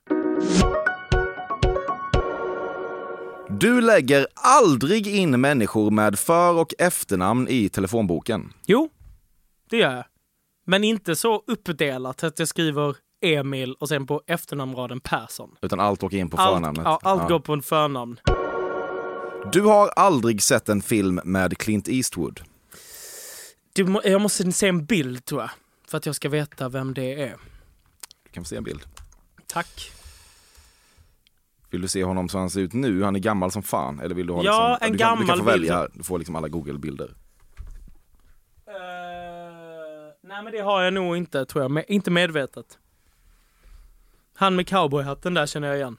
[SPEAKER 1] Du lägger aldrig in människor med för och efternamn i telefonboken.
[SPEAKER 2] Jo, det gör jag. Men inte så uppdelat att jag skriver Emil och sen på efternamnraden Persson.
[SPEAKER 1] Utan allt åker in på
[SPEAKER 2] Allt,
[SPEAKER 1] förnamnet.
[SPEAKER 2] ja, allt
[SPEAKER 1] Ja.
[SPEAKER 2] går på en förnamn.
[SPEAKER 1] Du har aldrig sett en film med Clint Eastwood.
[SPEAKER 2] Du, må- jag måste se en bild tror jag. För att jag ska veta vem det är.
[SPEAKER 1] Du kan få se en bild.
[SPEAKER 2] Tack.
[SPEAKER 1] Vill du se honom som han ser ut nu? Han är gammal som fan. Eller vill du ha
[SPEAKER 2] Ja,
[SPEAKER 1] liksom,
[SPEAKER 2] en
[SPEAKER 1] du kan, du kan
[SPEAKER 2] gammal
[SPEAKER 1] få
[SPEAKER 2] bild.
[SPEAKER 1] välja här. Du får liksom alla Google-bilder.
[SPEAKER 2] Eh, nej men det har jag nog inte tror jag. Me- inte medvetet. Han med cowboyhatten där känner jag igen.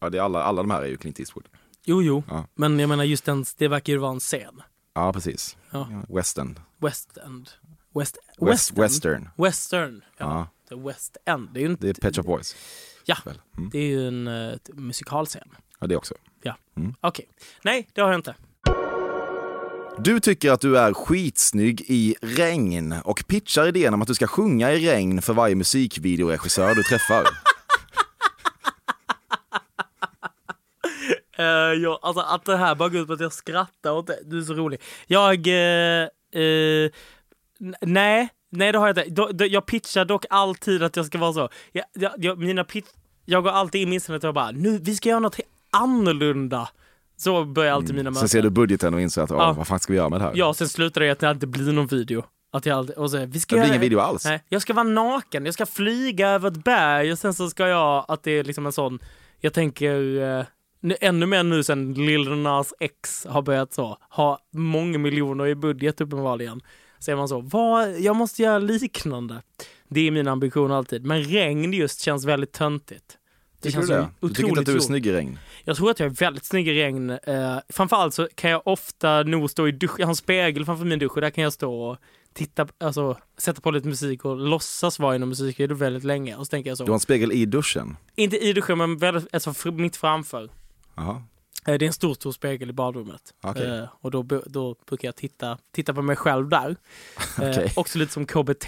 [SPEAKER 1] Ja, det är alla, alla de här är ju Clint Eastwood.
[SPEAKER 2] Jo, jo.
[SPEAKER 1] Ja.
[SPEAKER 2] Men jag menar just den, det verkar ju vara en scen.
[SPEAKER 1] Ja, precis.
[SPEAKER 2] Ja.
[SPEAKER 1] Ja, Western.
[SPEAKER 2] West End. West,
[SPEAKER 1] West,
[SPEAKER 2] Western.
[SPEAKER 1] Western.
[SPEAKER 2] Western. Ja.
[SPEAKER 1] Ja.
[SPEAKER 2] The West End. Det är ju en,
[SPEAKER 1] Det är Pet Shop Boys.
[SPEAKER 2] ja,
[SPEAKER 1] Väl? Mm.
[SPEAKER 2] det är ju en eh, t- musikalscen.
[SPEAKER 1] Ja, det också. Mm.
[SPEAKER 2] Okej. Nej, det har jag inte.
[SPEAKER 1] Du tycker att du är skitsnygg i regn och pitchar idén om att du ska sjunga i regn för varje musikvideoregissör du träffar.
[SPEAKER 2] Eh, jag, alltså att det här bara går ut på att jag skrattar åt det. Du är så rolig. Jag... eh, eh, n- nej, nej det har jag inte. Då- då- jag pitchar dock alltid att jag ska vara så. Jag, jag, jag, mina pitch, jag går alltid in i inställningen att jag bara, nu, vi ska göra något he- annorlunda. Så börjar alltid mina möten.
[SPEAKER 1] Mm. Sen ser du budgeten och inser att,
[SPEAKER 2] Ja.
[SPEAKER 1] ja. vad fan ska vi göra med det här?
[SPEAKER 2] Ja, sen slutar det i att det inte blir någon video. Att jag alltid, och så, vi ska
[SPEAKER 1] Det blir
[SPEAKER 2] göra-
[SPEAKER 1] ingen video alls.
[SPEAKER 2] Nej, jag ska vara naken, jag ska flyga över ett berg och sen så ska jag, att det är liksom en sån, jag tänker eh, nu- ännu mer nu sen Lil Nas X har börjat så, ha många miljoner i budget uppenbarligen. Så är man så, vad, jag måste göra liknande. Det är min ambition alltid. Men regn just känns väldigt töntigt. Det
[SPEAKER 1] Tycker du
[SPEAKER 2] ju
[SPEAKER 1] det? Du tycker inte att du är
[SPEAKER 2] lågt.
[SPEAKER 1] snygg i regn?
[SPEAKER 2] Jag tror att jag är väldigt snygg i regn. Eh, framförallt så kan jag ofta nog stå i dusch, jag har en spegel framför min dusch och där kan jag stå och titta, alltså sätta på lite musik och låtsas vara i någon musikvideo väldigt länge. Och så tänker jag så,
[SPEAKER 1] Du har en spegel i duschen.
[SPEAKER 2] inte i duschen men väldigt, alltså fr- mitt framför.
[SPEAKER 1] Jaha.
[SPEAKER 2] Eh, det är en stor, stor spegel i badrummet.
[SPEAKER 1] Okej.
[SPEAKER 2] Eh, och då, bu- då brukar jag titta, titta på mig själv där. Eh,
[SPEAKER 1] Okej.
[SPEAKER 2] Också lite som KBT.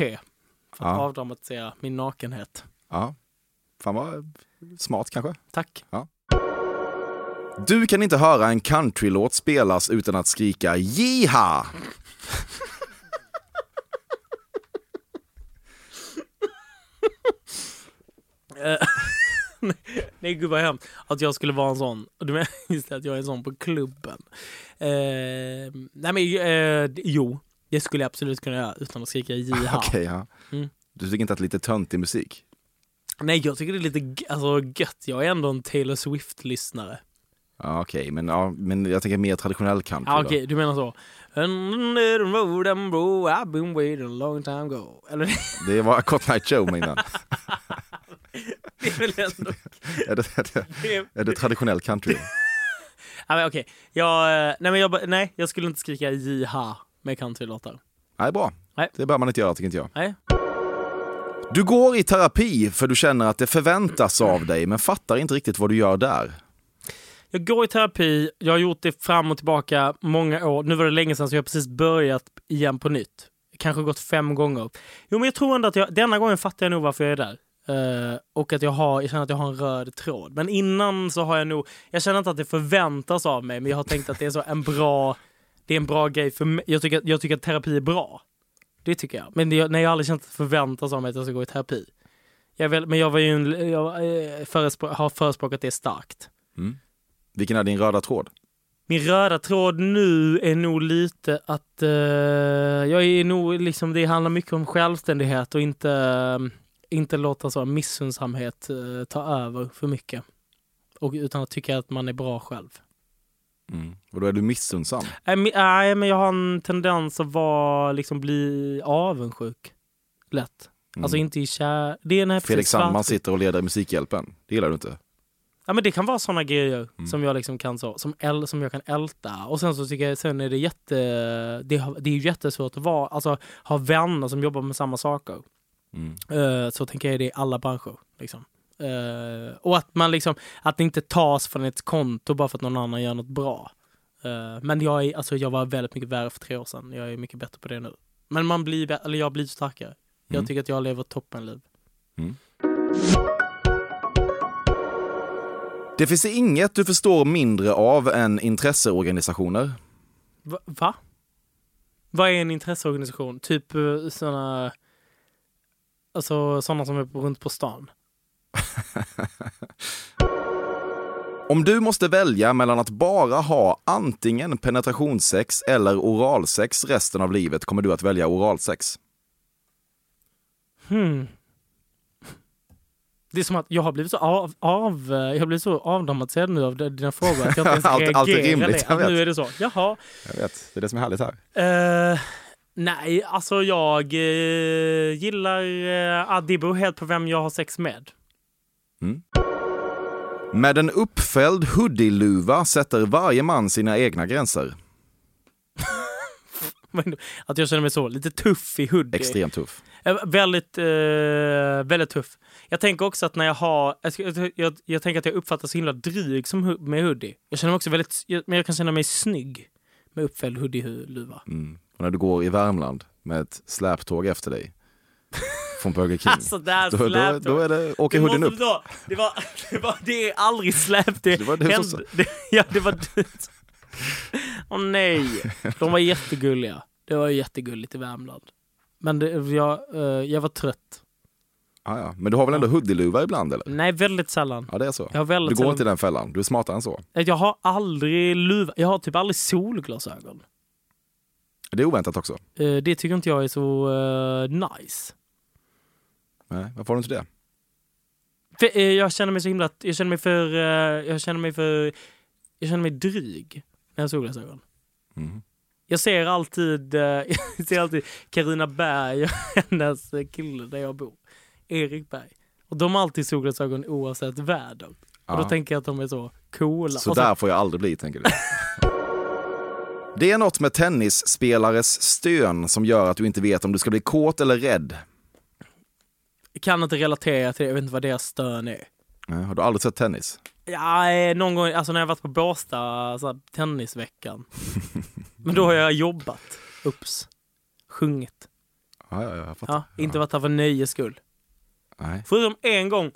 [SPEAKER 2] För att
[SPEAKER 1] Ja.
[SPEAKER 2] avdramatisera min nakenhet.
[SPEAKER 1] Ja. Fan vad smart kanske.
[SPEAKER 2] Tack.
[SPEAKER 1] Du kan inte höra en countrylåt spelas utan att skrika jiha!
[SPEAKER 2] Nej gud vad hemskt att jag skulle vara en sån. Du menar just det, att jag är en sån på klubben. Eh, nej men eh, d- jo, det skulle jag absolut kunna göra utan att skrika jiha.
[SPEAKER 1] Okej, ja.
[SPEAKER 2] Mm.
[SPEAKER 1] Du tycker inte att det är lite töntig musik?
[SPEAKER 2] Nej jag tycker det är lite g- alltså, gött. Jag är ändå en Taylor Swift-lyssnare.
[SPEAKER 1] Ja, okej, men, ja, men jag tänker mer traditionell country.
[SPEAKER 2] Ja
[SPEAKER 1] då.
[SPEAKER 2] okej, du menar så. And the road and bro, I've been waiting a long time ago. Eller
[SPEAKER 1] Det var Cotton Eye Joe med innan.
[SPEAKER 2] det är väl ändå...
[SPEAKER 1] är, det, är, det,
[SPEAKER 2] Det är,
[SPEAKER 1] är det traditionell country?
[SPEAKER 2] nej men okej, jag, eh, nej, men jag, ba- nej jag skulle inte skrika jiha med countrylåtar.
[SPEAKER 1] Nej, bra.
[SPEAKER 2] Nej.
[SPEAKER 1] Det bör man inte göra, tycker inte jag.
[SPEAKER 2] Nej.
[SPEAKER 1] Du går i terapi för du känner att det förväntas av dig, men fattar inte riktigt vad du gör där.
[SPEAKER 2] Jag går i terapi, jag har gjort det fram och tillbaka många år. Nu var det länge sedan så jag har precis börjat igen på nytt. Kanske gått fem gånger. Jo men jag tror ändå att jag, denna gången fattar jag nog varför jag är där. Eh, och att jag, har, jag känner att jag har en röd tråd. Men innan så har jag nog, jag känner inte att det förväntas av mig men jag har tänkt att det är så en bra, det är en bra grej för mig. Jag tycker, jag tycker att terapi är bra. Det tycker jag. Men det, nej, jag har aldrig känt att det förväntas av mig att jag ska gå i terapi. Jag är väl, men jag, var ju en, jag eh, förespro, har förespråkat det starkt.
[SPEAKER 1] Vilken är din röda tråd?
[SPEAKER 2] Min röda tråd nu är nog lite att eh, jag är nog liksom, det handlar mycket om självständighet och inte, eh, inte låta så missunnsamhet eh, ta över för mycket. Och, utan att tycka att man är bra själv. Mm.
[SPEAKER 1] Och då är du Mm. missunnsam.
[SPEAKER 2] Nej, men- Nej, men jag har en tendens att vara, liksom bli avundsjuk. Lätt. Alltså inte i kär... Det är när
[SPEAKER 1] Fredrik Sandman sitter och leder Musikhjälpen. Det gillar du inte?
[SPEAKER 2] Ja, men det kan vara såna grejer som jag liksom kan så, som, äl, som jag kan älta. Och sen så tycker jag, sen är det jätte, det, har- det är ju jättesvårt att vara, alltså ha vänner som jobbar med samma saker.
[SPEAKER 1] Mm.
[SPEAKER 2] Eh, så tänker jag det i alla branscher. Liksom. Eh, och att man liksom, att det inte tas från ett konto bara för att någon annan gör något bra. Eh, men jag, är, alltså, jag var väldigt mycket värre för tre år sedan. Jag är mycket bättre på det nu. Men man blir, bä- eller jag blir starkare.
[SPEAKER 1] Mm.
[SPEAKER 2] Jag tycker att jag lever ett toppenliv.
[SPEAKER 1] Det finns inget du förstår mindre av än intresseorganisationer.
[SPEAKER 2] Va? va? Vad är en intresseorganisation? Typ eh, såna, alltså såna som är på- runt på stan.
[SPEAKER 1] Om du måste välja mellan att bara ha antingen penetrationssex eller oralsex resten av livet kommer du att välja oralsex.
[SPEAKER 2] Hmm. Det är som att jag har blivit så av, av eh, jag har blivit så avdramatiserad nu av d- dina frågor att jag inte ens
[SPEAKER 1] Allt- allt är
[SPEAKER 2] reagerar
[SPEAKER 1] rimligt, jag
[SPEAKER 2] det. Att Nu
[SPEAKER 1] vet.
[SPEAKER 2] är det så. Jaha.
[SPEAKER 1] Jag vet, det är det som är härligt här.
[SPEAKER 2] Eh, nej, alltså jag eh, gillar uh, Adibo helt på vem jag har sex med.
[SPEAKER 1] Med en uppfälld hoodie-luva sätter varje man sina egna gränser.
[SPEAKER 2] Men Att jag känner mig så lite tuff i hoodie.
[SPEAKER 1] Extremt tuff.
[SPEAKER 2] Eh, Väldigt, eh, väldigt tuff. Jag tänker också att när jag har, jag, ska- jag, jag, jag tänker att jag uppfattas så himla dryg som, hu- med hoodie. Jag känner mig också väldigt, jag, men jag kan känna mig snygg med uppfälld hoodie-luva.
[SPEAKER 1] Mm. Och när du går i Värmland med ett släptåg efter dig från Burger King.
[SPEAKER 2] Alltså där
[SPEAKER 1] då, då,
[SPEAKER 2] släpte
[SPEAKER 1] då är det, åker
[SPEAKER 2] Det,
[SPEAKER 1] hoodien
[SPEAKER 2] måste
[SPEAKER 1] upp.
[SPEAKER 2] då, det, var, det, var, det är aldrig släp. Det,
[SPEAKER 1] Det var du som
[SPEAKER 2] hände-
[SPEAKER 1] sa.
[SPEAKER 2] det, Ja, det var du. Åh nej. De var jättegulliga. Det var ju jättegulligt i Värmland. Men det, jag, eh, jag var trött.
[SPEAKER 1] Ah, ja. Men du har väl ändå hoodie-luva ibland eller?
[SPEAKER 2] Nej, väldigt sällan.
[SPEAKER 1] Ja, det är så.
[SPEAKER 2] Jag har väldigt
[SPEAKER 1] Du går
[SPEAKER 2] sällan-
[SPEAKER 1] inte i den fällan, du är smartare än så.
[SPEAKER 2] Att Eh, Jag har aldrig luva, jag har typ aldrig solglasögon.
[SPEAKER 1] Det är oväntat också.
[SPEAKER 2] Eh, Det tycker inte jag är så eh, nice.
[SPEAKER 1] Nej, varför har du inte det?
[SPEAKER 2] För, eh, jag känner mig så himla, jag känner mig för, eh, jag känner mig för, jag känner mig dryg när jag har solglasögon.
[SPEAKER 1] Mhm.
[SPEAKER 2] Jag ser alltid, eh, jag ser alltid Carina Berg och hennes eh, kille där jag bor, Erik Berg. Och de har alltid solglasögon oavsett väder. Och då
[SPEAKER 1] Ja.
[SPEAKER 2] tänker jag att de är så coola.
[SPEAKER 1] Så
[SPEAKER 2] Och så-
[SPEAKER 1] där får jag aldrig bli, tänker du. Det är något med tennisspelares stön som gör att du inte vet om du ska bli kåt eller rädd.
[SPEAKER 2] kan inte relatera till det, jag vet inte vad deras stön är.
[SPEAKER 1] Nej, Har du aldrig sett tennis?
[SPEAKER 2] Ja, eh, någon gång, alltså när jag varit på Båstad, så här, tennisveckan. Men då har jag jobbat. Ups. Sjungit.
[SPEAKER 1] Ja, ja, ja, jag fattar.
[SPEAKER 2] Ja, inte varit där för nöjes skull.
[SPEAKER 1] Nej.
[SPEAKER 2] Förutom en gång.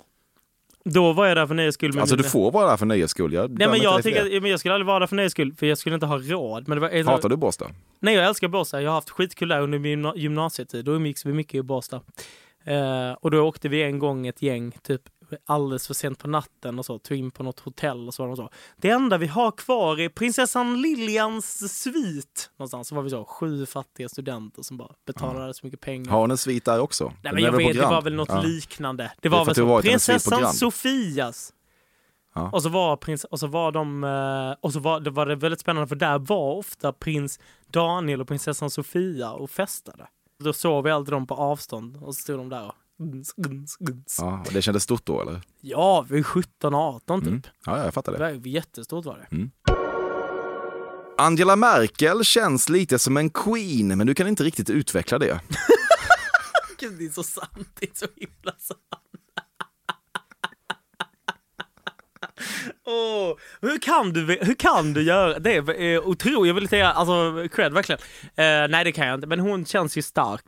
[SPEAKER 2] Då var jag där för nöjes skull. Med
[SPEAKER 1] Alltså
[SPEAKER 2] mina-
[SPEAKER 1] du får vara där för nöjes skull. Jag
[SPEAKER 2] Nej
[SPEAKER 1] dömer
[SPEAKER 2] men
[SPEAKER 1] inte
[SPEAKER 2] jag,
[SPEAKER 1] dig för
[SPEAKER 2] tycker,
[SPEAKER 1] det.
[SPEAKER 2] att- men jag skulle aldrig vara där för nöjes skull, för jag skulle inte ha råd. Men det var, alltså,
[SPEAKER 1] Hatar du Båstad?
[SPEAKER 2] Nej jag älskar Båstad, jag har haft skitkul där under min gymna- gymnasietid. Då umgicks vi mycket i Båstad. Eh, och då åkte vi en gång ett gäng, typ alldeles för sent på natten och så, tog in på något hotell och så. var de så. Det enda vi har kvar är prinsessan Liljans svit. Någonstans så var vi så, sju fattiga studenter som bara betalade så mycket pengar.
[SPEAKER 1] Har hon en svit där också?
[SPEAKER 2] Nej,
[SPEAKER 1] Den
[SPEAKER 2] men
[SPEAKER 1] är
[SPEAKER 2] jag
[SPEAKER 1] väl på
[SPEAKER 2] vet, det
[SPEAKER 1] Grand?
[SPEAKER 2] var väl något
[SPEAKER 1] Ja.
[SPEAKER 2] liknande. Det
[SPEAKER 1] Det är
[SPEAKER 2] var
[SPEAKER 1] för
[SPEAKER 2] väl
[SPEAKER 1] att du har
[SPEAKER 2] så,
[SPEAKER 1] varit en svit på
[SPEAKER 2] prinsessan
[SPEAKER 1] Grand.
[SPEAKER 2] Sofias.
[SPEAKER 1] Ja.
[SPEAKER 2] Och, så var prins, och så var de, eh, och så var, det var det väldigt spännande för där var ofta prins Daniel och prinsessan Sofia och festade. Då såg vi alltid dem på avstånd och så stod de där och guns, guns, guns.
[SPEAKER 1] Ja, och det kändes stort då eller?
[SPEAKER 2] Ja, vi är 17 och 18 typ.
[SPEAKER 1] Mm. Ja, ja, jag fattar
[SPEAKER 2] Det
[SPEAKER 1] det.
[SPEAKER 2] var ju jättestort var det.
[SPEAKER 1] Angela Merkel känns lite som en queen, men du kan inte riktigt utveckla det.
[SPEAKER 2] Gud, det är så sant. Det är så himla sant. Åh, hur, kan du, hur kan du göra det? är eh, otroligt. Jag vill säga alltså, cred verkligen. Eh, nej, det kan jag inte. Men hon känns ju stark.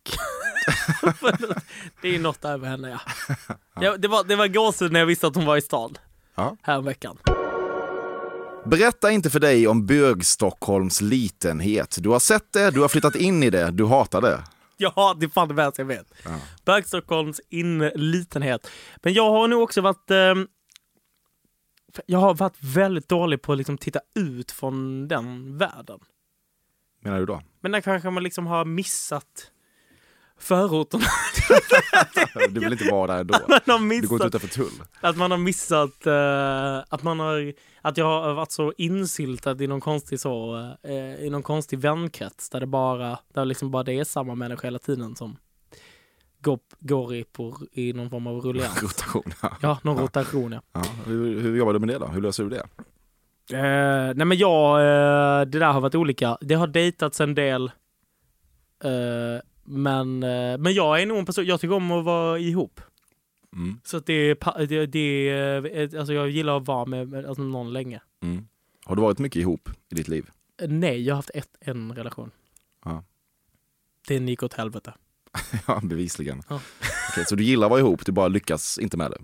[SPEAKER 2] det är något över henne, ja. ja det var, det var gåshud när jag visste att hon var i stan
[SPEAKER 1] Ja.
[SPEAKER 2] häromveckan.
[SPEAKER 1] Berätta inte för dig om bög-Stockholms litenhet. Du har sett det, du har flyttat in i det, du hatar det.
[SPEAKER 2] Ja, det är fan det värsta jag vet. Bergstockholms inlitenhet. Men jag har nog också varit... ehm, jag har varit väldigt dålig på att liksom titta ut från den världen.
[SPEAKER 1] Menar du då?
[SPEAKER 2] Men där kanske man liksom har missat förorterna.
[SPEAKER 1] Du vill inte vara där ändå.
[SPEAKER 2] Man har
[SPEAKER 1] Du går inte
[SPEAKER 2] missat,
[SPEAKER 1] utanför tull.
[SPEAKER 2] att man har missat eh, att, man har, att jag har varit så insyltad i någon konstig, så, eh, i någon konstig vänkrets där det bara, där liksom bara det är samma människor hela tiden som går, går i, på, i någon form av rullians.
[SPEAKER 1] Rotation. Ja.
[SPEAKER 2] Ja, någon rotation ja.
[SPEAKER 1] Ja. Hur, hur jobbar du med det då? Hur löser du det?
[SPEAKER 2] Eh, nej men jag, eh, det där har varit olika. Det har dejtats en del. Eh, men, eh, men jag är nog en person, jag tycker om att vara ihop.
[SPEAKER 1] Mm.
[SPEAKER 2] Så att det, är pa- det, det är, eh, alltså jag gillar att vara med, med alltså någon länge.
[SPEAKER 1] Mm. Har du varit mycket ihop i ditt liv?
[SPEAKER 2] Eh, nej, jag har haft ett, en relation.
[SPEAKER 1] Ja.
[SPEAKER 2] Den gick åt helvete.
[SPEAKER 1] Ja, bevisligen.
[SPEAKER 2] Ja.
[SPEAKER 1] Okej, så du gillar att vara ihop, du bara lyckas inte med det.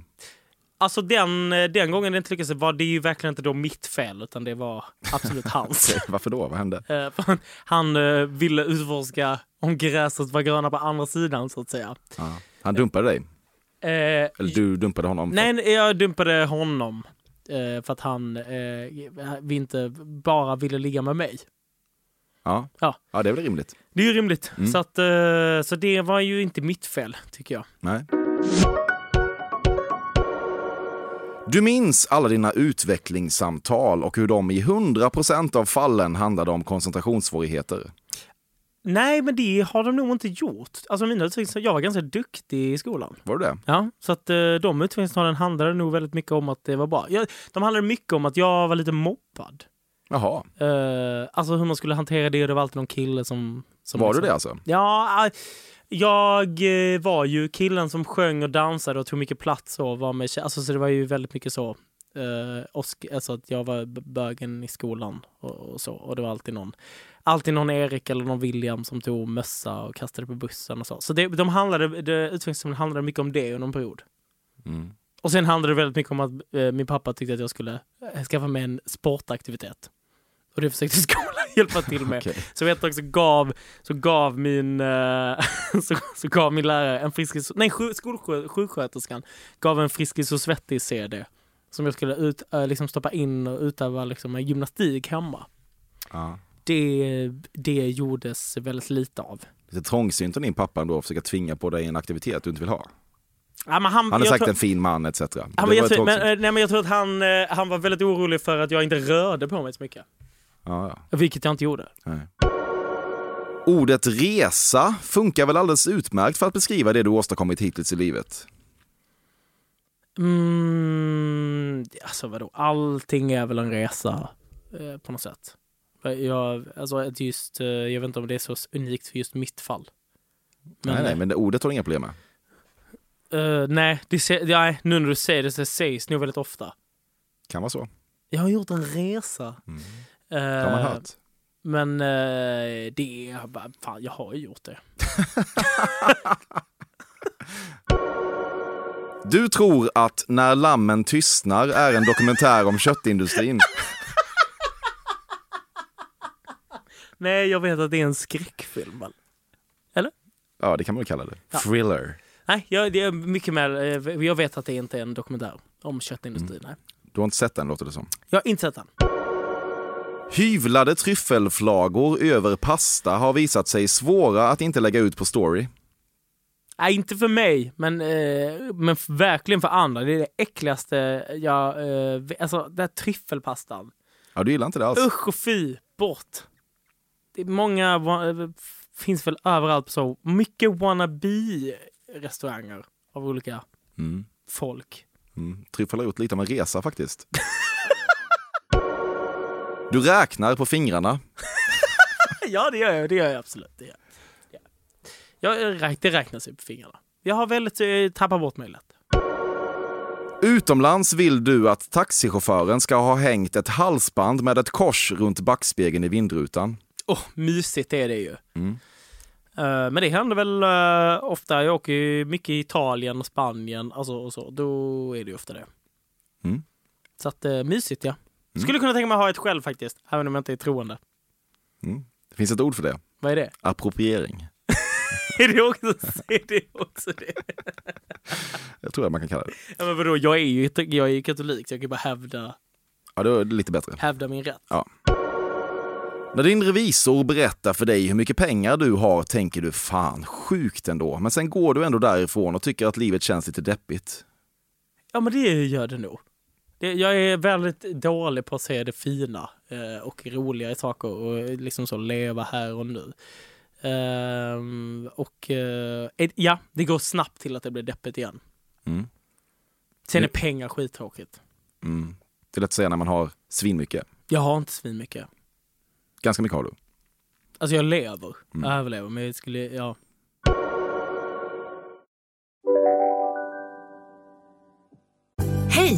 [SPEAKER 2] Alltså den, den gången det inte lyckades var det ju verkligen inte då mitt fel utan det var absolut hans.
[SPEAKER 1] Okej, Varför då? Vad hände?
[SPEAKER 2] Eh, för han, han eh, ville utforska om gräset var gröna på andra sidan så att säga.
[SPEAKER 1] Ja. Han dumpade dig,
[SPEAKER 2] Eh,
[SPEAKER 1] eller du dumpade honom.
[SPEAKER 2] nej, nej, jag dumpade honom eh, för att han eh, vi inte bara ville ligga med mig.
[SPEAKER 1] Ja.
[SPEAKER 2] Ja.
[SPEAKER 1] ja, det är väl rimligt.
[SPEAKER 2] Det är ju rimligt.
[SPEAKER 1] Mm.
[SPEAKER 2] Så, att, eh, så det var ju inte mitt fel tycker jag.
[SPEAKER 1] Nej. Du minns alla dina utvecklingssamtal och hur de i 100% av fallen handlade om koncentrationssvårigheter.
[SPEAKER 2] Nej, men det har de nog inte gjort. Alltså mina utvecklingssamtal, jag var ganska duktig i skolan.
[SPEAKER 1] Var det det?
[SPEAKER 2] Ja, så att eh, de utvecklingssamtalen handlade nog väldigt mycket om att det var bra. Jag, de handlade mycket om att jag var lite mobbad.
[SPEAKER 1] Jaha,
[SPEAKER 2] Eh, alltså hur man skulle hantera det. Det var alltid någon kille som... som
[SPEAKER 1] var du
[SPEAKER 2] liksom-
[SPEAKER 1] det alltså?
[SPEAKER 2] Ja, eh, jag eh, var ju killen som sjöng och dansade och tog mycket plats och var med tje- Alltså så det var ju väldigt mycket så. eh, osk, alltså att jag var b- bögen i skolan och, och så. Och det var alltid någon, alltid någon Erik eller någon William som tog mössa och kastade på bussen och så. Så det, de handlade, det, utvecklingssamtalen handlade mycket om det under en period.
[SPEAKER 1] Mm.
[SPEAKER 2] Och sen handlade det väldigt mycket om att eh, min pappa tyckte att jag skulle eh, skaffa mig en sportaktivitet. Och det försökte skolan hjälpa till med.
[SPEAKER 1] Okej.
[SPEAKER 2] Så vet jag också gav, så gav min, eh, så, så gav min lärare, en friskis, nej sju- skolskö- sjuksköterskan, gav en Friskis och Svettis-CD. Som jag skulle ut, eh, liksom stoppa in och utöva liksom, en gymnastik hemma.
[SPEAKER 1] Ja.
[SPEAKER 2] Det, det gjordes väldigt lite av.
[SPEAKER 1] Lite trångsynt av din pappa ändå att försöka tvinga på dig en aktivitet du inte vill ha.
[SPEAKER 2] Ja, men han,
[SPEAKER 1] Han är
[SPEAKER 2] jag
[SPEAKER 1] säkert
[SPEAKER 2] tror-
[SPEAKER 1] en fin man etc. Det
[SPEAKER 2] Ja,
[SPEAKER 1] var
[SPEAKER 2] men jag, tror, men,
[SPEAKER 1] trångsynt.
[SPEAKER 2] eh, nej, men jag tror att han, eh, han var väldigt orolig för att jag inte rörde på mig så mycket.
[SPEAKER 1] ja, ja.
[SPEAKER 2] Vilket jag inte gjorde.
[SPEAKER 1] Nej. Ordet resa funkar väl alldeles utmärkt för att beskriva det du åstadkommit hittills i livet?
[SPEAKER 2] Mm, alltså vadå, allting är väl en resa eh, på något sätt. Jag, alltså, att just, eh, jag vet inte om det är så unikt för just mitt fall. Men,
[SPEAKER 1] nej, nej, men det ordet har du inga problem med.
[SPEAKER 2] eh, nej, det, sä- nej, nu när du säger det så sägs nog väldigt ofta.
[SPEAKER 1] Kan vara så.
[SPEAKER 2] Jag har gjort en resa.
[SPEAKER 1] Mm. Det
[SPEAKER 2] Eh,
[SPEAKER 1] har man hört.
[SPEAKER 2] Men eh, det, är bara, fan jag har ju gjort det.
[SPEAKER 1] Du tror att När lammen tystnar är en dokumentär om köttindustrin.
[SPEAKER 2] Nej, jag vet att det är en skräckfilm. men-
[SPEAKER 1] Ja, det kan man väl kalla det.
[SPEAKER 2] Ja.
[SPEAKER 1] Thriller.
[SPEAKER 2] Nej, jag, det är mycket mer, eh, jag vet att det inte är en dokumentär om köttindustrin.
[SPEAKER 1] Mm.
[SPEAKER 2] Nej.
[SPEAKER 1] Du har inte sett den, låter det som.
[SPEAKER 2] Jag har inte sett den.
[SPEAKER 1] Hyvlade tryffelflagor över pasta har visat sig svåra att inte lägga ut på story.
[SPEAKER 2] Nej, inte för mig, men, eh, men verkligen för andra. Det är det äckligaste jag... Eh, vet- alltså, den här tryffelpastan.
[SPEAKER 1] Ja, du gillar inte det alls?
[SPEAKER 2] Usch och fy! Bort! Det är många... va- eh, finns väl överallt så. Mycket wannabe-restauranger av olika
[SPEAKER 1] Mm.
[SPEAKER 2] folk.
[SPEAKER 1] Mm. Tryffel har gjort lite av en resa faktiskt. Du räknar på fingrarna.
[SPEAKER 2] Ja, det gör jag. Det gör jag absolut. Det, gör jag. Ja. Jag, räk- det räknas ju på fingrarna. Jag har väldigt... Eh, tappat bort mig lätt.
[SPEAKER 1] Utomlands vill du att taxichauffören ska ha hängt ett halsband med ett kors runt backspegeln i vindrutan.
[SPEAKER 2] Åh, mysigt är det ju.
[SPEAKER 1] Mm.
[SPEAKER 2] Eh, men det händer väl eh, ofta. Jag åker ju mycket i Italien och Spanien alltså, och så. Då är det ju ofta det.
[SPEAKER 1] Mm.
[SPEAKER 2] Så att uh, mysigt ja. Skulle kunna tänka mig att ha ett själv faktiskt, även om jag inte är troende.
[SPEAKER 1] Mm. Det finns ett ord för det.
[SPEAKER 2] Vad är det?
[SPEAKER 1] Appropriering.
[SPEAKER 2] är det också är det? Också det?
[SPEAKER 1] Jag tror att man kan kalla det.
[SPEAKER 2] Ja, men vadå, jag är ju jag är ju katolik så jag kan bara hävda,
[SPEAKER 1] Ja, det är lite bättre.
[SPEAKER 2] hävda min rätt.
[SPEAKER 1] När din revisor berättar för dig hur mycket pengar du har tänker du fan sjukt ändå. Men sen går du ändå därifrån och tycker att livet känns lite deppigt.
[SPEAKER 2] Ja men det gör det nog. Det, jag är väldigt dålig på att se det fina eh, och roliga i saker och liksom så leva här och nu. Eh, Ehm, och eh, ett- ja, det går snabbt till att det blir deppigt igen.
[SPEAKER 1] Mm.
[SPEAKER 2] Sen är
[SPEAKER 1] Mm.
[SPEAKER 2] pengar skittråkigt.
[SPEAKER 1] Mm. Till att säga när man har svinmycket.
[SPEAKER 2] Jag har inte svinmycket.
[SPEAKER 1] Ganska mycket har du.
[SPEAKER 2] Alltså jag lever,
[SPEAKER 1] Mm.
[SPEAKER 2] jag överlever, men jag skulle, ja.
[SPEAKER 4] Hej,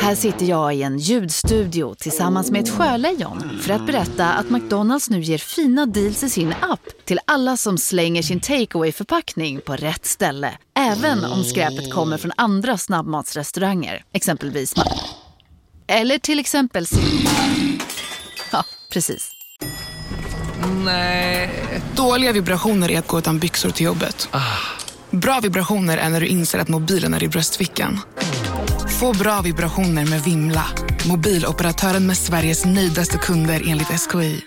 [SPEAKER 4] Här sitter jag i en ljudstudio tillsammans med ett sjölejon för att berätta att McDonalds nu ger fina deals i sin app till alla som slänger sin takeaway förpackning på rätt ställe. Även om skräpet kommer från andra snabbmatsrestauranger, exempelvis Ma- Eller till exempel Sim- Ja, precis.
[SPEAKER 5] Dåliga vibrationer är att gå utan byxor till jobbet. Bra vibrationer är när du inser att mobilen är i bröstfickan. Få bra vibrationer med Vimla. Mobiloperatören med Sveriges nöjdaste kunder enligt SKI.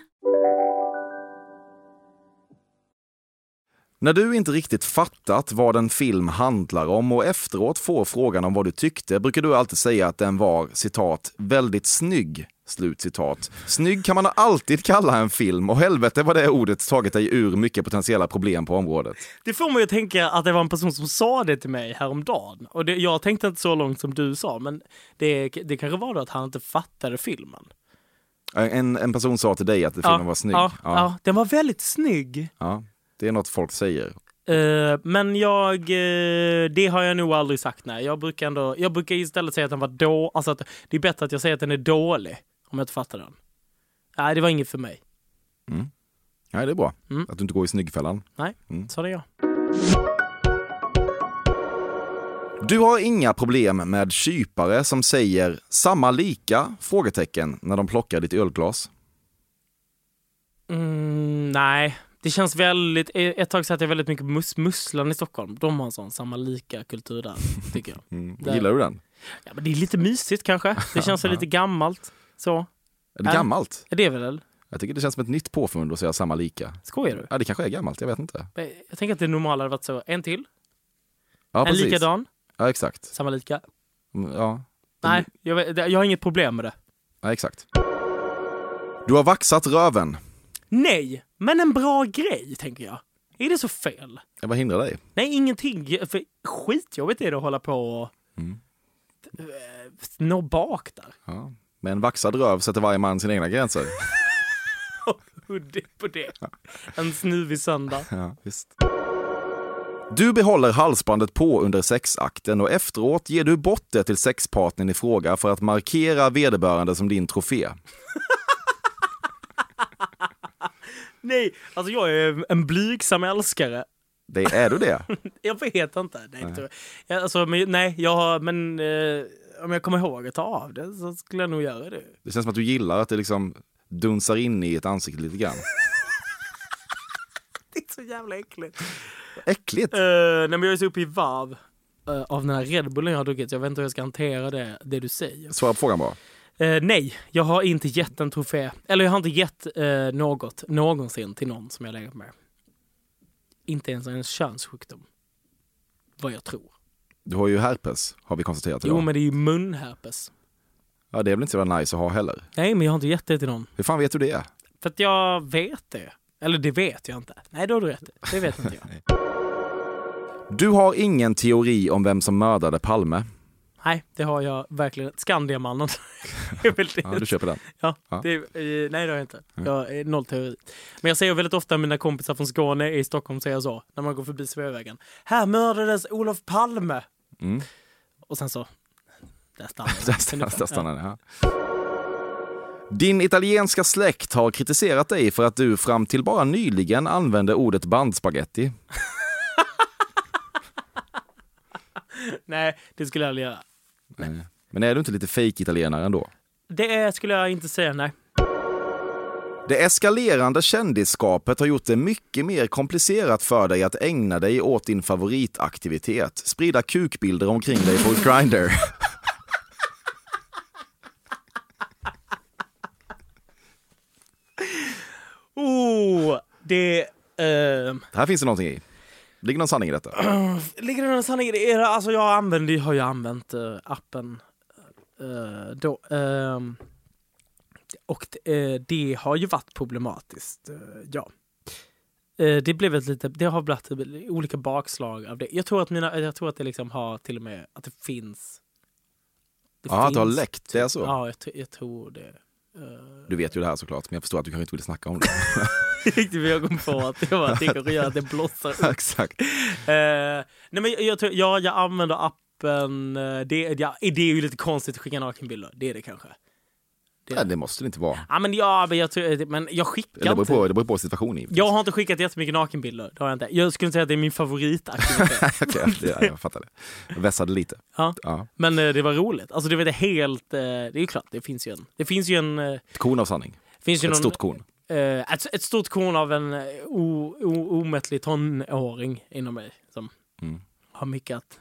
[SPEAKER 1] När du inte riktigt fattat vad en film handlar om och efteråt får frågan om vad du tyckte brukar du alltid säga att den var citat väldigt snygg. Slut citat. Snygg kan man alltid kalla en film och helvete vad det ordet tagit dig ur mycket potentiella problem på området.
[SPEAKER 2] Det får man ju tänka att det var en person som sa det till mig häromdagen. Och det, jag tänkte inte så långt som du sa, men det, det kanske var då att han inte fattade filmen.
[SPEAKER 1] En, en person sa till dig att filmen var snygg.
[SPEAKER 2] Ja, ja.
[SPEAKER 1] ja.
[SPEAKER 2] den var väldigt snygg.
[SPEAKER 1] ja. Det är något folk säger.
[SPEAKER 2] Eh, men jag, eh, det har jag nog aldrig sagt nej. Jag brukar, ändå, jag brukar istället säga att den var då, alltså att det är bättre att jag säger att den är dålig. Om jag inte fattar den. Nej, det var inget för mig.
[SPEAKER 1] Nej, det är bra.
[SPEAKER 2] Mm.
[SPEAKER 1] Att du inte går i snyggfällan.
[SPEAKER 2] Nej,
[SPEAKER 1] Mm.
[SPEAKER 2] sa det jag.
[SPEAKER 1] Du har inga problem med kypare som säger samma lika? Frågetecken när de plockar ditt ölglas.
[SPEAKER 2] Mm, nej, det känns väldigt, eh, ett tag satt jag väldigt mycket på mus, Musslan i Stockholm. De har en sån samma lika kultur där, tycker jag. Där.
[SPEAKER 1] Mm, Gillar du den?
[SPEAKER 2] Ja, men det är lite mysigt kanske. Det känns väl lite gammalt. Så,
[SPEAKER 1] Är det
[SPEAKER 2] Ja.
[SPEAKER 1] gammalt?
[SPEAKER 2] är det väl?
[SPEAKER 1] Jag tycker det känns som ett nytt påfund att säga samma lika.
[SPEAKER 2] Skojar du?
[SPEAKER 1] Ja, det kanske är gammalt, jag vet inte.
[SPEAKER 2] Jag tänker att det normala hade varit så, en till,
[SPEAKER 1] Ja,
[SPEAKER 2] en
[SPEAKER 1] precis.
[SPEAKER 2] likadan,
[SPEAKER 1] Ja, exakt.
[SPEAKER 2] samma lika.
[SPEAKER 1] Mm, Ja.
[SPEAKER 2] Nej, jag, vet- jag har inget problem med det.
[SPEAKER 1] ja, exakt. Du har vaxat röven.
[SPEAKER 2] Nej, men en bra grej, tänker jag. Är det så fel?
[SPEAKER 1] Ja, Vad hindrar dig?
[SPEAKER 2] Nej, ingenting. För skitjobbigt är det att hålla på och eh, nå bak där.
[SPEAKER 1] Ja. Med en vaxad röv sätter varje man sina egna gränser.
[SPEAKER 2] Hoodie på det. En snuvig söndag.
[SPEAKER 1] Ja, visst. Du behåller halsbandet på under sexakten och efteråt ger du bort det till sexpartnern i fråga för att markera vederbörande som din trofé.
[SPEAKER 2] Nej, alltså jag är en blygsam älskare.
[SPEAKER 1] Det är du det?
[SPEAKER 2] Jag vet inte. Nej, nej. Jag, alltså, men, nej jag har, men eh, om jag kommer ihåg att ta av det så skulle jag nog göra det.
[SPEAKER 1] Det känns som att du gillar att det liksom dunsar in i ett ansikte lite grann.
[SPEAKER 2] Det är så jävla äckligt.
[SPEAKER 1] Äckligt!
[SPEAKER 2] Eh, nej, men jag är så uppe i varv eh, av den här Red Bullen jag har druckit. så Jag vet inte hur jag ska hantera det, det du säger.
[SPEAKER 1] Svara på frågan bara.
[SPEAKER 2] Eh, nej, jag har inte gett en trofé. Eller jag har inte gett eh, något någonsin till någon som jag legat med. Inte ens en könssjukdom. Vad jag tror.
[SPEAKER 1] Du har ju herpes, har vi konstaterat idag.
[SPEAKER 2] Jo, men det är ju munherpes.
[SPEAKER 1] Ja, det är väl inte så jävla nice att ha heller.
[SPEAKER 2] Nej, men jag har inte gett det till någon.
[SPEAKER 1] Hur fan vet du det?
[SPEAKER 2] För att jag vet det. Eller det vet jag inte. Nej, då har du rätt. Det vet inte jag.
[SPEAKER 1] Du har ingen teori om vem som mördade Palme.
[SPEAKER 2] nej, det har jag verkligen. Skandiamannen. Det är väl det.
[SPEAKER 1] Ja, du köper den.
[SPEAKER 2] Ja,
[SPEAKER 1] Ja.
[SPEAKER 2] Det, eh, nej det har jag inte. Jag är noll teori. Men jag säger väldigt ofta mina kompisar från Skåne i Stockholm säger så, när man går förbi Sveavägen. Här mördades Olof Palme!
[SPEAKER 1] Mm.
[SPEAKER 2] Och sen så, där stannar
[SPEAKER 1] Där stannar- där stannar den, ja. Din italienska släkt har kritiserat dig för att du fram till bara nyligen använde ordet bandspaghetti.
[SPEAKER 2] Nej, det skulle jag aldrig göra.
[SPEAKER 1] Nej. Men är du inte lite fake italienare ändå?
[SPEAKER 2] Det är- skulle jag inte säga nej.
[SPEAKER 1] Det eskalerande kändisskapet har gjort det mycket mer komplicerat för dig att ägna dig åt din favoritaktivitet, sprida kukbilder omkring dig på Grindr.
[SPEAKER 2] Oh, det, Ehm,
[SPEAKER 1] Här finns det någonting i. Ligger någon sanning i detta?
[SPEAKER 2] Ligger det någon sanning i det? Alltså jag använder, har ju använt eh, appen eh, då. Ehm, och det, eh, det har ju varit problematiskt, eh, ja. Eh, det, blev ett lite, det har blivit olika bakslag av det. Jag tror att, mina, jag tror att det liksom har till och med att det finns. Det
[SPEAKER 1] Ja, att det har läckt. Det är så.
[SPEAKER 2] Ja, jag, tr- jag tror det.
[SPEAKER 1] Du vet ju det här såklart, men jag förstår att du kanske inte vill snacka om det.
[SPEAKER 2] Riktigt vad jag kom på att det var att det kanske gör att det blossar upp.
[SPEAKER 1] Exakt.
[SPEAKER 2] Eh, nej men jag, jag, tror- ja, jag använder appen. eh, Det, ja, det är ju lite konstigt att skicka nakenbilder. Det är det kanske.
[SPEAKER 1] Ja, det måste det inte vara.
[SPEAKER 2] Ja, men, ja, men, jag, tror, eh, men jag skickar
[SPEAKER 1] Eller Det beror
[SPEAKER 2] inte.
[SPEAKER 1] på, det beror på situationen givetvis.
[SPEAKER 2] Jag har inte skickat jättemycket nakenbilder. Det har jag, inte. jag skulle inte säga att det är min favoritaktivitet.
[SPEAKER 1] Okej, ja, jag fattar det. Jag vässade lite.
[SPEAKER 2] ja,
[SPEAKER 1] Ja.
[SPEAKER 2] men eh, det var roligt. Alltså, det, var det, helt, eh, det är ju klart, det finns ju en... Det finns ju en eh,
[SPEAKER 1] Ett korn av sanning.
[SPEAKER 2] finns ju
[SPEAKER 1] Ett
[SPEAKER 2] någon,
[SPEAKER 1] stort korn.
[SPEAKER 2] eh, ett, ett stort korn av en eh, o, o, omättlig tonåring inom mig som
[SPEAKER 1] Mm.
[SPEAKER 2] har mycket att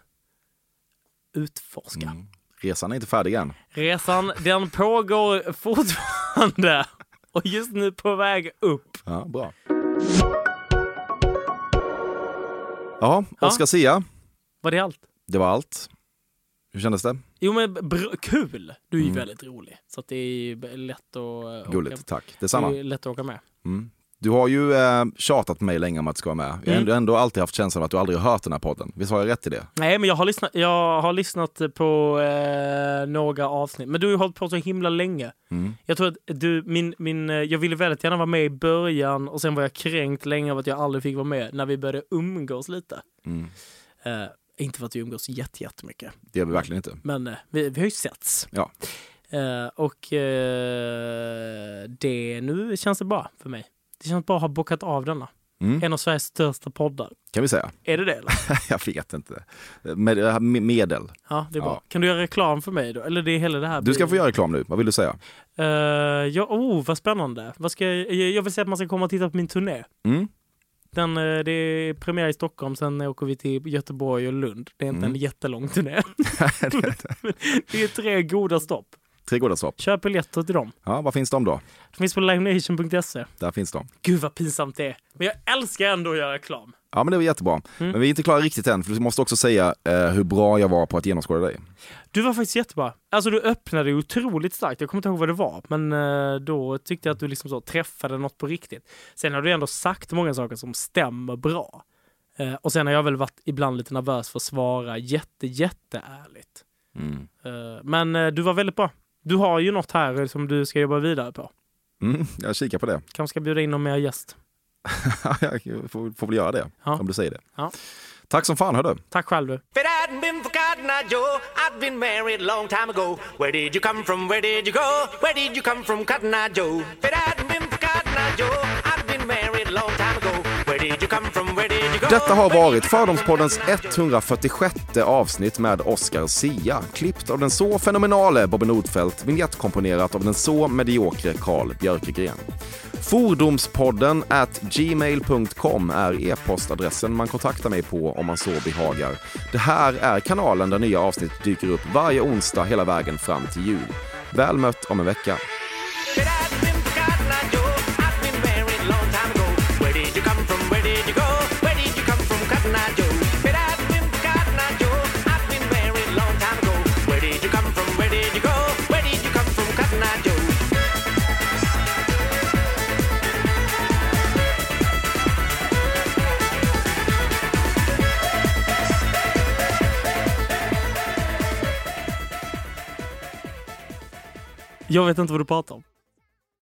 [SPEAKER 2] utforska.
[SPEAKER 1] Mm. Resan är inte färdig än.
[SPEAKER 2] Resan, den pågår fortfarande och just nu på väg upp.
[SPEAKER 1] Ja, bra. Ja, Oscar Sia.
[SPEAKER 2] Var det allt?
[SPEAKER 1] Det var allt. Hur kändes det?
[SPEAKER 2] Jo men br- kul! Du är ju
[SPEAKER 1] Mm.
[SPEAKER 2] väldigt rolig. Så att det är ju b- lätt att... eh,
[SPEAKER 1] Gulligt,
[SPEAKER 2] åka-
[SPEAKER 1] tack.
[SPEAKER 2] Det är
[SPEAKER 1] Detsamma.
[SPEAKER 2] ju lätt att åka med.
[SPEAKER 1] Mm. Du har ju eh, tjatat på mig länge om att du ska vara med. Jag har
[SPEAKER 2] Mm.
[SPEAKER 1] ändå, ändå alltid haft känslan av att du aldrig har hört den här podden. Visst har jag rätt i det?
[SPEAKER 2] Nej men jag har lyssnat, jag har lyssnat på eh, några avsnitt. Men du har ju hållit på så himla länge.
[SPEAKER 1] Mm.
[SPEAKER 2] Jag tror att du, min, min, eh, jag ville väldigt gärna vara med i början och sen var jag kränkt länge av att jag aldrig fick vara med när vi började umgås lite.
[SPEAKER 1] Mm.
[SPEAKER 2] Eh, inte för att vi umgås jätte- jättemycket.
[SPEAKER 1] Det gör vi verkligen inte.
[SPEAKER 2] Men eh, vi, vi har ju setts.
[SPEAKER 1] Ja.
[SPEAKER 2] Eh, och eh, det, nu känns det bra för mig. Det känns bra att ha bockat av denna.
[SPEAKER 1] Mm.
[SPEAKER 2] En av Sveriges största poddar.
[SPEAKER 1] Kan vi säga.
[SPEAKER 2] Är det det eller?
[SPEAKER 1] jag vet inte. Med, med, medel.
[SPEAKER 2] Ja, det är bra.
[SPEAKER 1] Ja.
[SPEAKER 2] Kan du göra reklam för mig då? Eller det är hela det här.
[SPEAKER 1] Du ska få göra reklam nu. Vad vill du säga?
[SPEAKER 2] Eh, ja, oh, vad spännande. Vad ska jag, jag jag vill säga att man ska komma och titta på min turné.
[SPEAKER 1] Mm.
[SPEAKER 2] Den, eh, det är premiär i Stockholm, sen åker vi till Göteborg och Lund. Det är inte
[SPEAKER 1] Mm.
[SPEAKER 2] en jättelång turné. det är tre goda stopp.
[SPEAKER 1] Tre goda stopp.
[SPEAKER 2] Köp biljetter till dem.
[SPEAKER 1] Ja, var finns de då?
[SPEAKER 2] Det finns på livenation.se.
[SPEAKER 1] Där finns de.
[SPEAKER 2] Gud vad pinsamt det är. Men jag älskar ändå att göra reklam.
[SPEAKER 1] Ja, men det var jättebra.
[SPEAKER 2] Mm.
[SPEAKER 1] Men vi är inte klara riktigt än, för du måste också säga eh, hur bra jag var på att genomskåda dig.
[SPEAKER 2] Du var faktiskt jättebra. Alltså du öppnade ju otroligt starkt. Jag kommer inte ihåg vad det var, men eh, då tyckte jag att du liksom så träffade något på riktigt. Sen har du ändå sagt många saker som stämmer bra. Eh, och sen har jag väl varit ibland lite nervös för att svara jätte, jätteärligt.
[SPEAKER 1] Mm.
[SPEAKER 2] Eh, men eh, du var väldigt bra. Du har ju något här som du ska jobba vidare på.
[SPEAKER 1] Mm, jag kikar på det.
[SPEAKER 2] Kanske ska bjuda in någon mer gäst.
[SPEAKER 1] jag får, får väl göra det,
[SPEAKER 2] Ja.
[SPEAKER 1] om du säger det.
[SPEAKER 2] Ja.
[SPEAKER 1] Tack som fan, hördu.
[SPEAKER 2] Tack själv du.
[SPEAKER 6] If it hadn't been for Cotton Eye Joe, I'd been married a long time ago. Where did you come from? Where did you go? Where did you come from, Cotton Eye Joe? If it hadn't been for Cotton Eye Joe, I'd been married a long time ago. Where did you come from? Where did you go?
[SPEAKER 1] Detta har
[SPEAKER 6] Where did
[SPEAKER 1] varit
[SPEAKER 6] you come from,
[SPEAKER 1] Fördomspoddens
[SPEAKER 6] Cotton Eye Joe?
[SPEAKER 1] 146 avsnitt med Oscar Sia, klippt av den så fenomenale Bobben Nordfeldt, vignettkomponerat av den så mediokre Carl Björkegren. Fordomspodden at gmail.com är e-postadressen man kontaktar mig på om man så behagar. Det här är kanalen där nya avsnitt dyker upp varje onsdag hela vägen fram till jul. Väl mött om en vecka.
[SPEAKER 6] If it hadn't been for Cotton Eye Joe, I'd been married a long time ago. Where did you come from? Where did you go? Where did you come from, Cotton Eye Joe? If it hadn't been for Cotton Eye Joe, I'd been married a long time ago. Where did you come from? Where did you go? Where did you come from, Cotton Eye Joe?
[SPEAKER 2] Jag vet inte vad du pratar om.